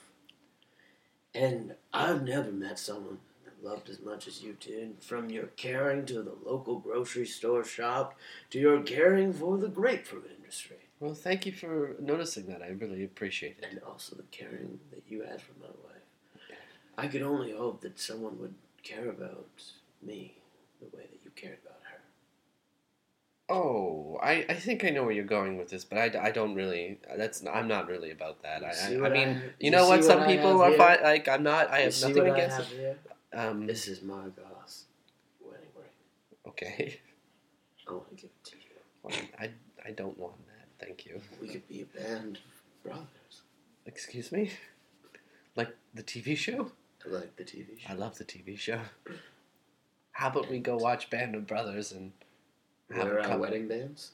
And I've never met someone that loved as much as you did. From your caring to the local grocery store shop to your caring for the grapefruit industry.
Well, thank you for noticing that. I really appreciate it.
and also the caring that you had for my wife. I could only hope that someone would care about me the way that you cared about her.
Oh, I, I think I know where you're going with this, but I, I don't really. That's I'm not really about that. I,
See
I, I
what I-
mean,
you
you, know
see
what? Some
what I
people
have
are
here?
fine. Like I'm not. I
You
have
see
nothing
what I
against.
have here?
it. Um.
This is Margot's wedding ring.
Okay.
I want to give it to you.
Fine. I I don't want that. Thank you.
We could be a band of brothers.
Excuse me. Like the TV show?
I like the TV show.
I love the TV show. How about we go watch Band of Brothers and have
There
a
are
couple?
wedding bands.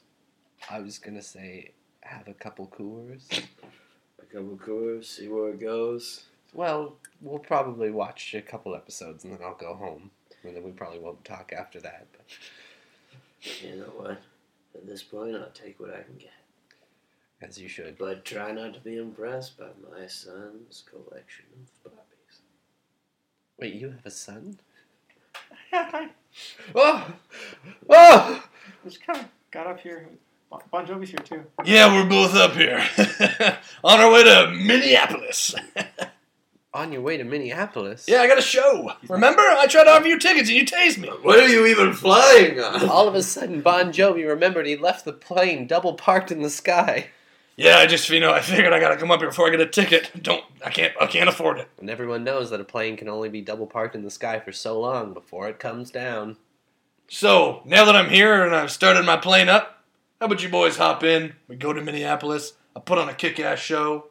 I was gonna say have a couple coolers.
A couple coors, see where it goes.
Well, we'll probably watch a couple episodes and then I'll go home. And then we probably won't talk after that. But
You know what? At this point, I'll take what I can get.
as you should.
But try not to be impressed by my son's collection of puppies.
Wait, you have a son?
I
Oh! Oh!
just kind of
got up here. Bon- Bon Jovi's here too.
Yeah, we're both up here. On our way to Minneapolis.
On your way to Minneapolis.
yeah, I got a show. Remember? I tried to offer you tickets and you tased me.
What are you even flying on?
All of a sudden, Bon Jovi remembered he left the plane double parked in the sky.
Yeah, I just you know, I figured I gotta come up here before I get a ticket. Don't I can't I can't afford it.
And everyone knows that a plane can only be double parked in the sky for so long before it comes down.
So now that I'm here and I've started my plane up, how about you boys hop in? We go to Minneapolis. I put on a kick-ass show.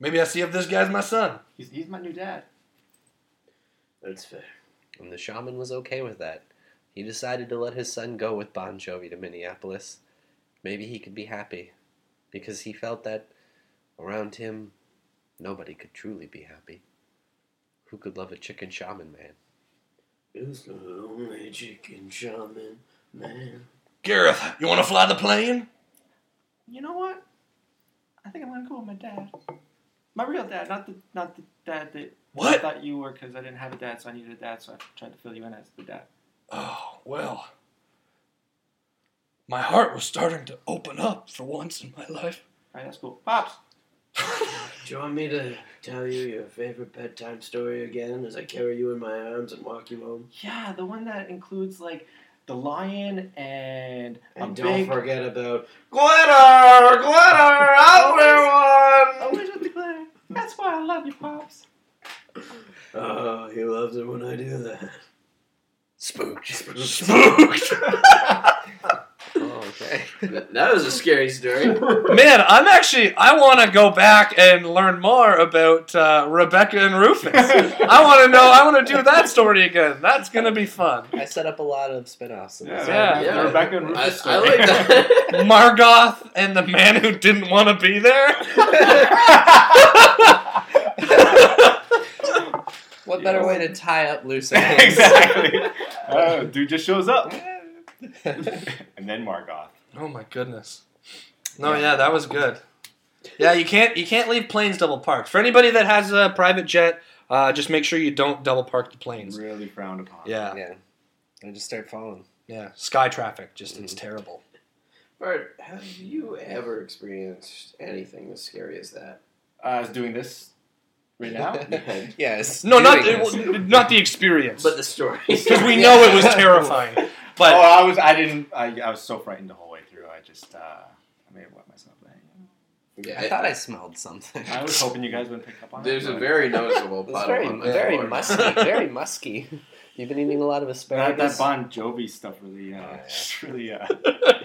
Maybe I see if this guy's my son.
He's, he's my new dad.
That's fair.
And the shaman was okay with that. He decided to let his son go with Bon Jovi to Minneapolis. Maybe he could be happy. Because he felt that around him, nobody could truly be happy. Who could love a chicken shaman man?
It's the lonely chicken shaman man.
Gareth, you wanna fly the plane?
You know what? I think I'm gonna go with my dad. My real dad, not the not the dad that I
What?
thought you were, because I didn't have a dad, so I needed a dad, so I tried to fill you in as the dad.
Oh, well. My heart was starting to open up for once in my life.
All right, that's cool. Pops,
Do you want me to tell you your favorite bedtime story again as I carry you in my arms and walk you home?
yeah, the one that includes like the lion and a
And don't
big.
forget about glitter, glitter, everyone.
Always with the glitter. That's why I love you, pops.
Oh, he loves it when I do that.
Spooked.
Spooked!
Oh, okay.
That was a scary story.
Man, I'm actually, I want to go back and learn more about uh, Rebecca and Rufus. I want to know, I want to do that story again. That's going to be fun.
I set up a lot of spin-offs. In this.
Yeah.
Yeah.
Rebecca and
I,
Rufus.
I like that.
Margoth and the man who didn't want to be there.
What better way to tie up loose ends?
exactly. Oh, dude just shows up. and then Margoth.
Oh my goodness. No, yeah, that was good. Yeah, you can't you can't leave planes double parked. For anybody that has a private jet, uh, just make sure you don't double park the planes.
Really frowned upon.
Yeah,
Yeah. I just start falling.
yeah. Sky traffic, just it's terrible.
Bart, have you ever experienced anything as scary as that?
Uh, I was doing this right now.
yes.
No, not
doing this.
it, not the experience.
But the story.
Because we know it was terrifying.
oh,
But
I was. I didn't. I, I was so frightened the whole way through. I just. Uh, I may have wet myself. but
I thought I smelled something.
I was hoping you guys would pick up on it.
There's a
but-
very noticeable
It's
puddle
very,
on my
very
floor.
musky. Very musky. You've been eating a lot of
That, that
asparagus.
Bon Jovi stuff really, uh, just really, uh,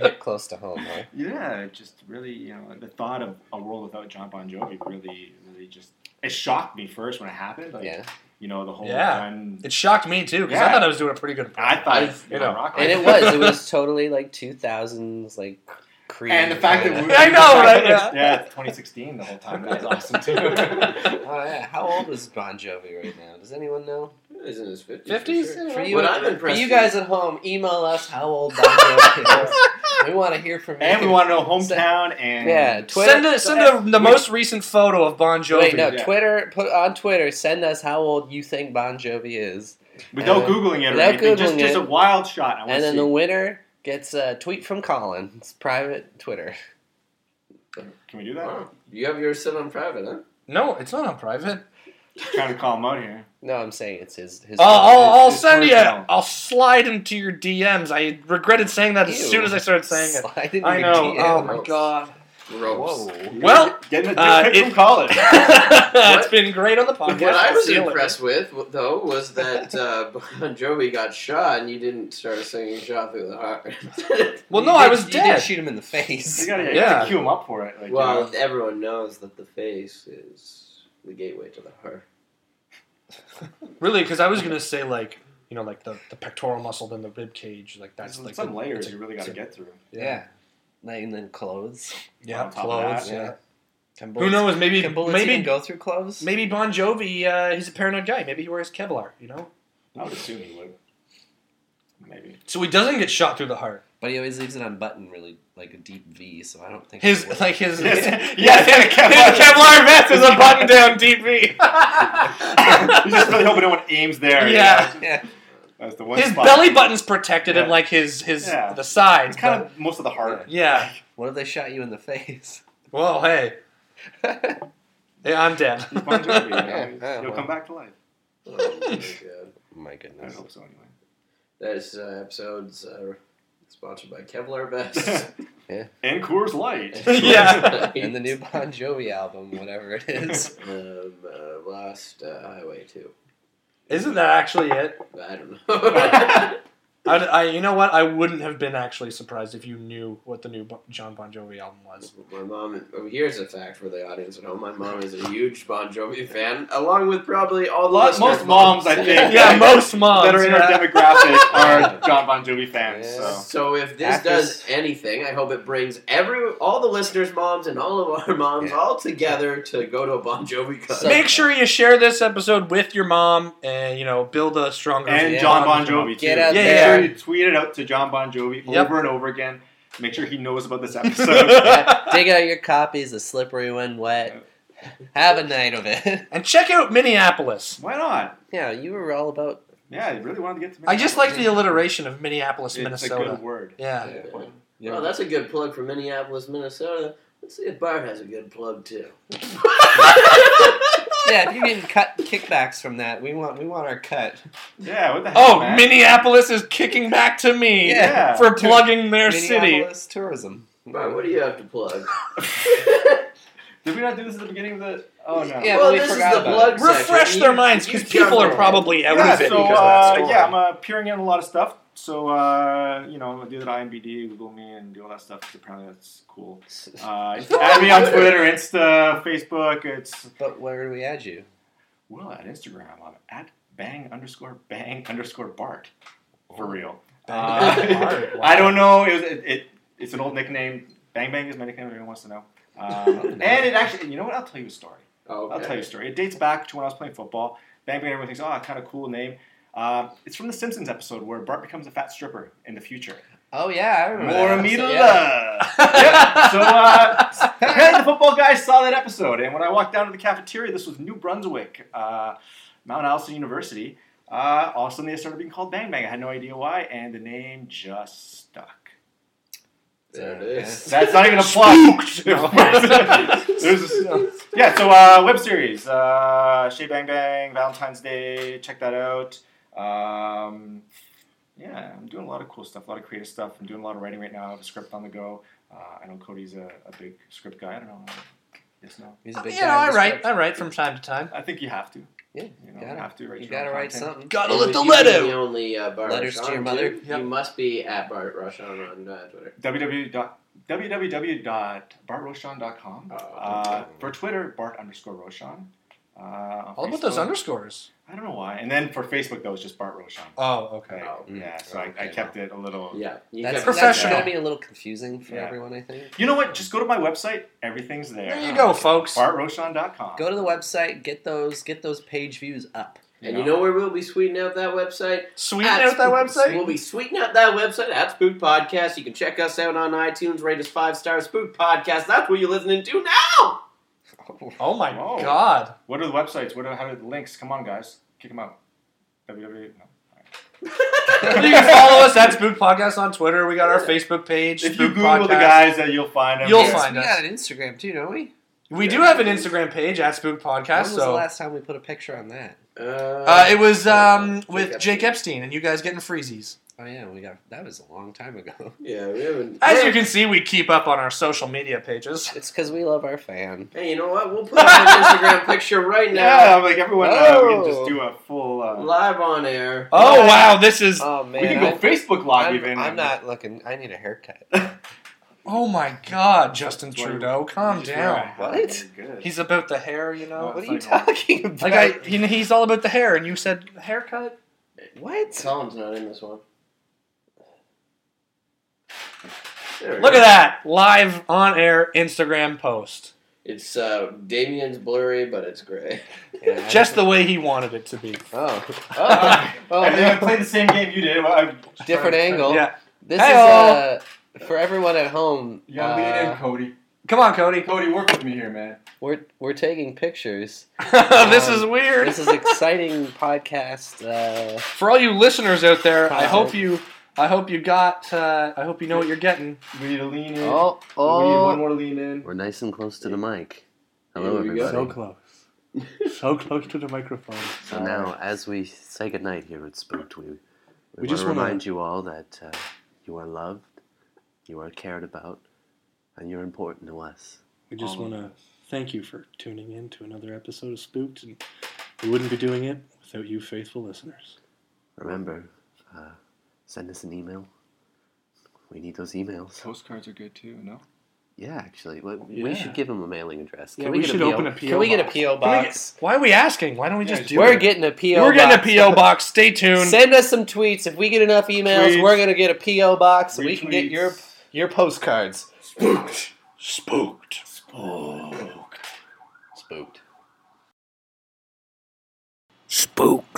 Hit close to home, huh?
yeah, it just really, you know, the thought of a world without John Bon Jovi really, really just it shocked me first when it happened. Like,
Yeah.
you know, the whole
Yeah.
gun.
It shocked me too because I
Yeah.
thought I was doing a pretty good.
I thought it,
You
you
know,
know,
And it was. It was totally like 2000s, like Creed.
and the fact that we,
I know,
the fact
right?
that it's-
Yeah.
yeah, it's 2016 the whole time. That was awesome too.
Oh, yeah. How old is Bon Jovi right now? Does anyone know?
He's in his 50s. for
50s?
sure.
For you,
What I'm
for
impressed
you
with-
guys at home, email us how old Bon Jovi is. We want to hear from you.
and we want to know hometown and
Yeah, Twitter.
Send, the send the, the most recent photo of Bon Jovi.
Wait, no,
yeah.
Twitter. Put on Twitter. Send us how old you think Bon Jovi is,
without
Uh,
googling it or
without
anything, just
Googling
just a
it.
wild shot. I want
and
to
then
see.
the winner gets a tweet from Colin. It's private Twitter.
Can we do that?
Wow. You have yours set on private, huh?
No, it's not on private.
Trying to call him out here.
No, I'm saying it's his. his
I'll, I'll, I'll
it's
send you.
personal.
I'll slide into your DMs. I regretted saying that as
Ew.
soon as I started saying it.
Sliding
I
into
know. Oh
DMs.
my god.
Gross.
Well,
Getting a dick
Uh,
pic
it-
from college.
it's been great on the podcast.
What I
We'll
was
see you later.
impressed with, w- though, was that uh, Bon Jovi got shot and you didn't start singing "Shot Through the Heart."
Well, no,
You did-
I was
you
dead.
Did shoot him in the face.
You gotta, you
Yeah.
gotta cue him up for it. Like, you
well,
know.
everyone knows that the face is the gateway to the heart.
Really, because I was gonna say like you know like the, the pectoral muscle, then the rib cage, like that's
Some-
like
some
the-
layers
it's
you
a-
really
it's
got to
a-
get through.
Yeah. Like, And then clothes.
Yeah,
On top of that,
clothes. Yeah.
Can
Who
bullets-
knows? Maybe
Can bullets
maybe
even go through clothes?
maybe Bon Jovi. Uh, he's a paranoid guy. Maybe he wears Kevlar. You know.
I would assume he would. Maybe.
So he doesn't get shot through the heart.
But he always leaves it unbuttoned, really like a deep V. So I don't think
His
it would.
like his
Yes.
his,
Yes, he had a Kevlar.
his Kevlar vest is a button down DP.
He's just really hoping no one aims there. you
Yeah.
know?
Yeah.
That's the one
his
spot.
belly button's protected and
Yeah.
like his his
Yeah.
the sides.
It's kind of most of the heart.
yeah.
What if they shot you in the face?
Well, hey, hey, I'm dead.
He's Bon Jovi, you know?
Yeah, yeah,
He'll
well.
come back to life.
Oh my god!
My
I
goodness.
hope so, anyway.
This uh, episode's uh, sponsored by Kevlar vests.
Yeah.
And Coors Light.
Yeah.
And the new Bon Jovi album, whatever it is.
um, uh, Lost uh, Highway Two.
Isn't that actually it?
I don't know.
I, I, you know what? I wouldn't have been actually surprised if you knew what the new Bo- John Bon Jovi album was.
My mom. Oh, here's a fact for the audience at home. My mom is a huge Bon Jovi fan, along with probably all
A
the
lot,
listeners'
most moms, I think.
Yeah, most moms.
that are in our
yeah.
demographic are John Bon Jovi fans.
Yeah.
So.
So if this
Actors.
does anything, I hope it brings every all the listeners' moms and all of our moms
Yeah.
all together to go to a Bon Jovi concert.
Make sure you share this episode with your mom, and you know, build a stronger
And
Yeah.
John Bon Jovi, too.
Get out
Yeah,
Make
there.
sure you tweet it out to John Bon Jovi
Yep.
over and over again. Make sure he knows about this episode.
Dig out your copies of Slippery When Wet. Have a night of it.
and check out Minneapolis.
Why not?
Yeah, you were all about.
Yeah, I really wanted to get to
I just like the
Minneapolis.
alliteration of Minneapolis,
It's
Minnesota.
a good word.
Yeah.
Yeah. Well, that's a good plug for Minneapolis, Minnesota. Let's see if Bart has a good plug too.
Yeah, if you're getting cut kickbacks from that, we want we want our cut.
Yeah, what the hell?
Oh, Minneapolis is kicking back to me
Yeah.
for plugging their city.
Minneapolis tourism.
Bart, what do you have to plug?
Did we not do this at the beginning of the? Oh no.
Yeah,
well,
but we
this is
forgot
the
about
plug.
it.
section.
Refresh
You-
their minds
you
because
jump
people are
ahead.
probably out
Yeah,
of it
so
because of that
uh,
story.
yeah, I'm uh, peering in a lot of stuff. So uh, you know, I do that IMBD, Google me, and do all that stuff. 'cause Apparently, that's cool. Uh, add me on Twitter, Insta, Facebook. It's
But where do we add you?
well at Instagram. I'm at bang underscore bang underscore Bart. For real.
Bang
Uh,
Bart, wow.
I don't know. It was it, it. It's an old nickname. Bang Bang is my nickname. Everyone wants to know. Um, and it actually, you know what? I'll tell you a story.
Oh, okay.
I'll tell you a story. It dates back to when I was playing football. Bang Bang, everyone thinks, oh, kind of cool name. Uh, it's from the Simpsons episode where Bart becomes a fat stripper in the future.
Oh yeah, I remember.
More
that
me to
episode, yeah.
love. Yep. So uh, apparently the football guys saw that episode, and when I walked down to the cafeteria, this was New Brunswick, uh, Mount Allison University. Uh, all of a sudden, they started being called Bang Bang. I had no idea why, and the name just stuck.
There it is.
That's not even a plot. There's a- yeah, so uh, web series, uh, Shea Bang Bang, Valentine's Day. Check that out. Um, yeah, I'm doing a lot of cool stuff, a lot of creative stuff. I'm doing a lot of writing right now. I have a script on the go. Uh, I know Cody's a, a big script guy. I don't know. Yes, no.
He's a big
you
guy
know,
on
I
the
write,
script.
I write from time to time.
I think you have to.
Yeah,
You know,
Gotta-
have to write
you
your
gotta
own
write
content.
something.
Gotta
And
let
was
the
you being
lead
The
out.
only uh, Bart
Letters to
Rashan,
your mother?
too?
Yep.
You must be at Bart Rashan on uh, Twitter.
www. dot- www.bartroshan.com.
Oh.
Uh, for Twitter, Bart underscore Roshan. Uh, on
All about those
Facebook,
underscores.
I don't know why. And then for Facebook, though, it's just Bart Roshan.
Oh, okay.
Right?
Oh.
yeah, so I, I
Okay,
kept it a little.
Yeah, you
That's,
kept-
that's
professional.
gonna be a little confusing for
Yeah.
everyone, I think.
You know what? Just go to my website. Everything's there. Uh,
There you go, folks.
BartRoshan.com.
Go to the website, get those get those page views up.
And you know where we'll be sweetening out that website?
Sweet
At
out that
Spook- We'll
website.
be sweetening out that website at Spook Podcast. You can check us out on iTunes, rate us five stars. Spook Podcast. That's what you're listening to now.
Oh my
Whoa.
god.
What are the websites? What are how are the links? Come on, guys, kick them out. www. No.
you can follow us at Spook Podcast on Twitter. We got our Facebook page.
If you
Spook
Google
Podcast.
the guys, that you'll find them.
You'll
Yeah.
find
we
us.
got an Instagram too, don't we?
We do have an Instagram page at Spook
When
Podcast.
was the
So
last time we put a picture on that?
Uh,
uh, it was um, with
Jake
Jake Epstein and you guys getting freezies.
Oh yeah, we got that was a long time ago.
yeah, we haven't.
As you can see, we keep up on our social media pages.
It's because we love our fan.
Hey, you know what? We'll put up an Instagram picture right
Yeah,
now,
I'm like everyone uh, we can
Oh.
just do a full. Uh,
live on air.
Oh wow, this is.
Oh man,
we can go
I-
Facebook Live
I'm,
even.
I'm not looking. I need a haircut.
Oh my God, Justin
That's why you-
Trudeau, calm
Just Uh, wear a
down.
hat.
What?
You're good.
He's about the hair, you
uh,
know.
what are
it's
you
like all-
talking about?
Like I, he, he's all about the hair, and you said haircut.
what?
Colin's not in this one. There we
Look
go.
at that live on air Instagram post,
It's uh, Damien's blurry, but it's gray.
Yeah, I-
just the way he wanted it to be.
oh
Uh,
Oh,
oh
and
no.
then we played the same game you did. Well, I'm
different angle.
Yeah,
This
Hey-o.
is uh, for everyone at home.
You gotta lean
uh,
in, Cody.
come on, Cody.
Cody, work with me here, man.
we're we're taking pictures.
this
Um,
is weird.
This is exciting podcast. Uh,
For all you listeners out there, I
Content.
hope you, I hope you got, uh, I hope you know what you're getting.
We need to lean in.
oh
We need
oh,
one more lean in.
we're nice and close to the mic. Hello
Here we go.
everybody.
So
close, so close to the microphone.
So now, as we say goodnight here at Spooked, we, we, want
just
to
wanna-
remind you all that uh, you are loved, you are cared about, and you're important to us.
We just
Um,
want to thank you for tuning in to another episode of Spooked, and we wouldn't be doing it without you faithful listeners.
Remember, uh, send us an email. We need those emails.
Postcards are good too. No.
Yeah, actually, we, we
Yeah.
should give them a mailing address. Can
Yeah, we
get
should
PO?
open a PO
Can we get a
box.
PO
Can we
box?
Why are we asking? Why don't we
Yeah,
just
just
do
do
We are
it?
getting a PO.
We're
box.
getting a PO box. Stay tuned.
Send us some tweets. If we get enough emails,
Tweets.
we're gonna get a PO box, and we can get
Retweets.
your your postcards.
Spooked. Spooked.
Spooked.
Spooked.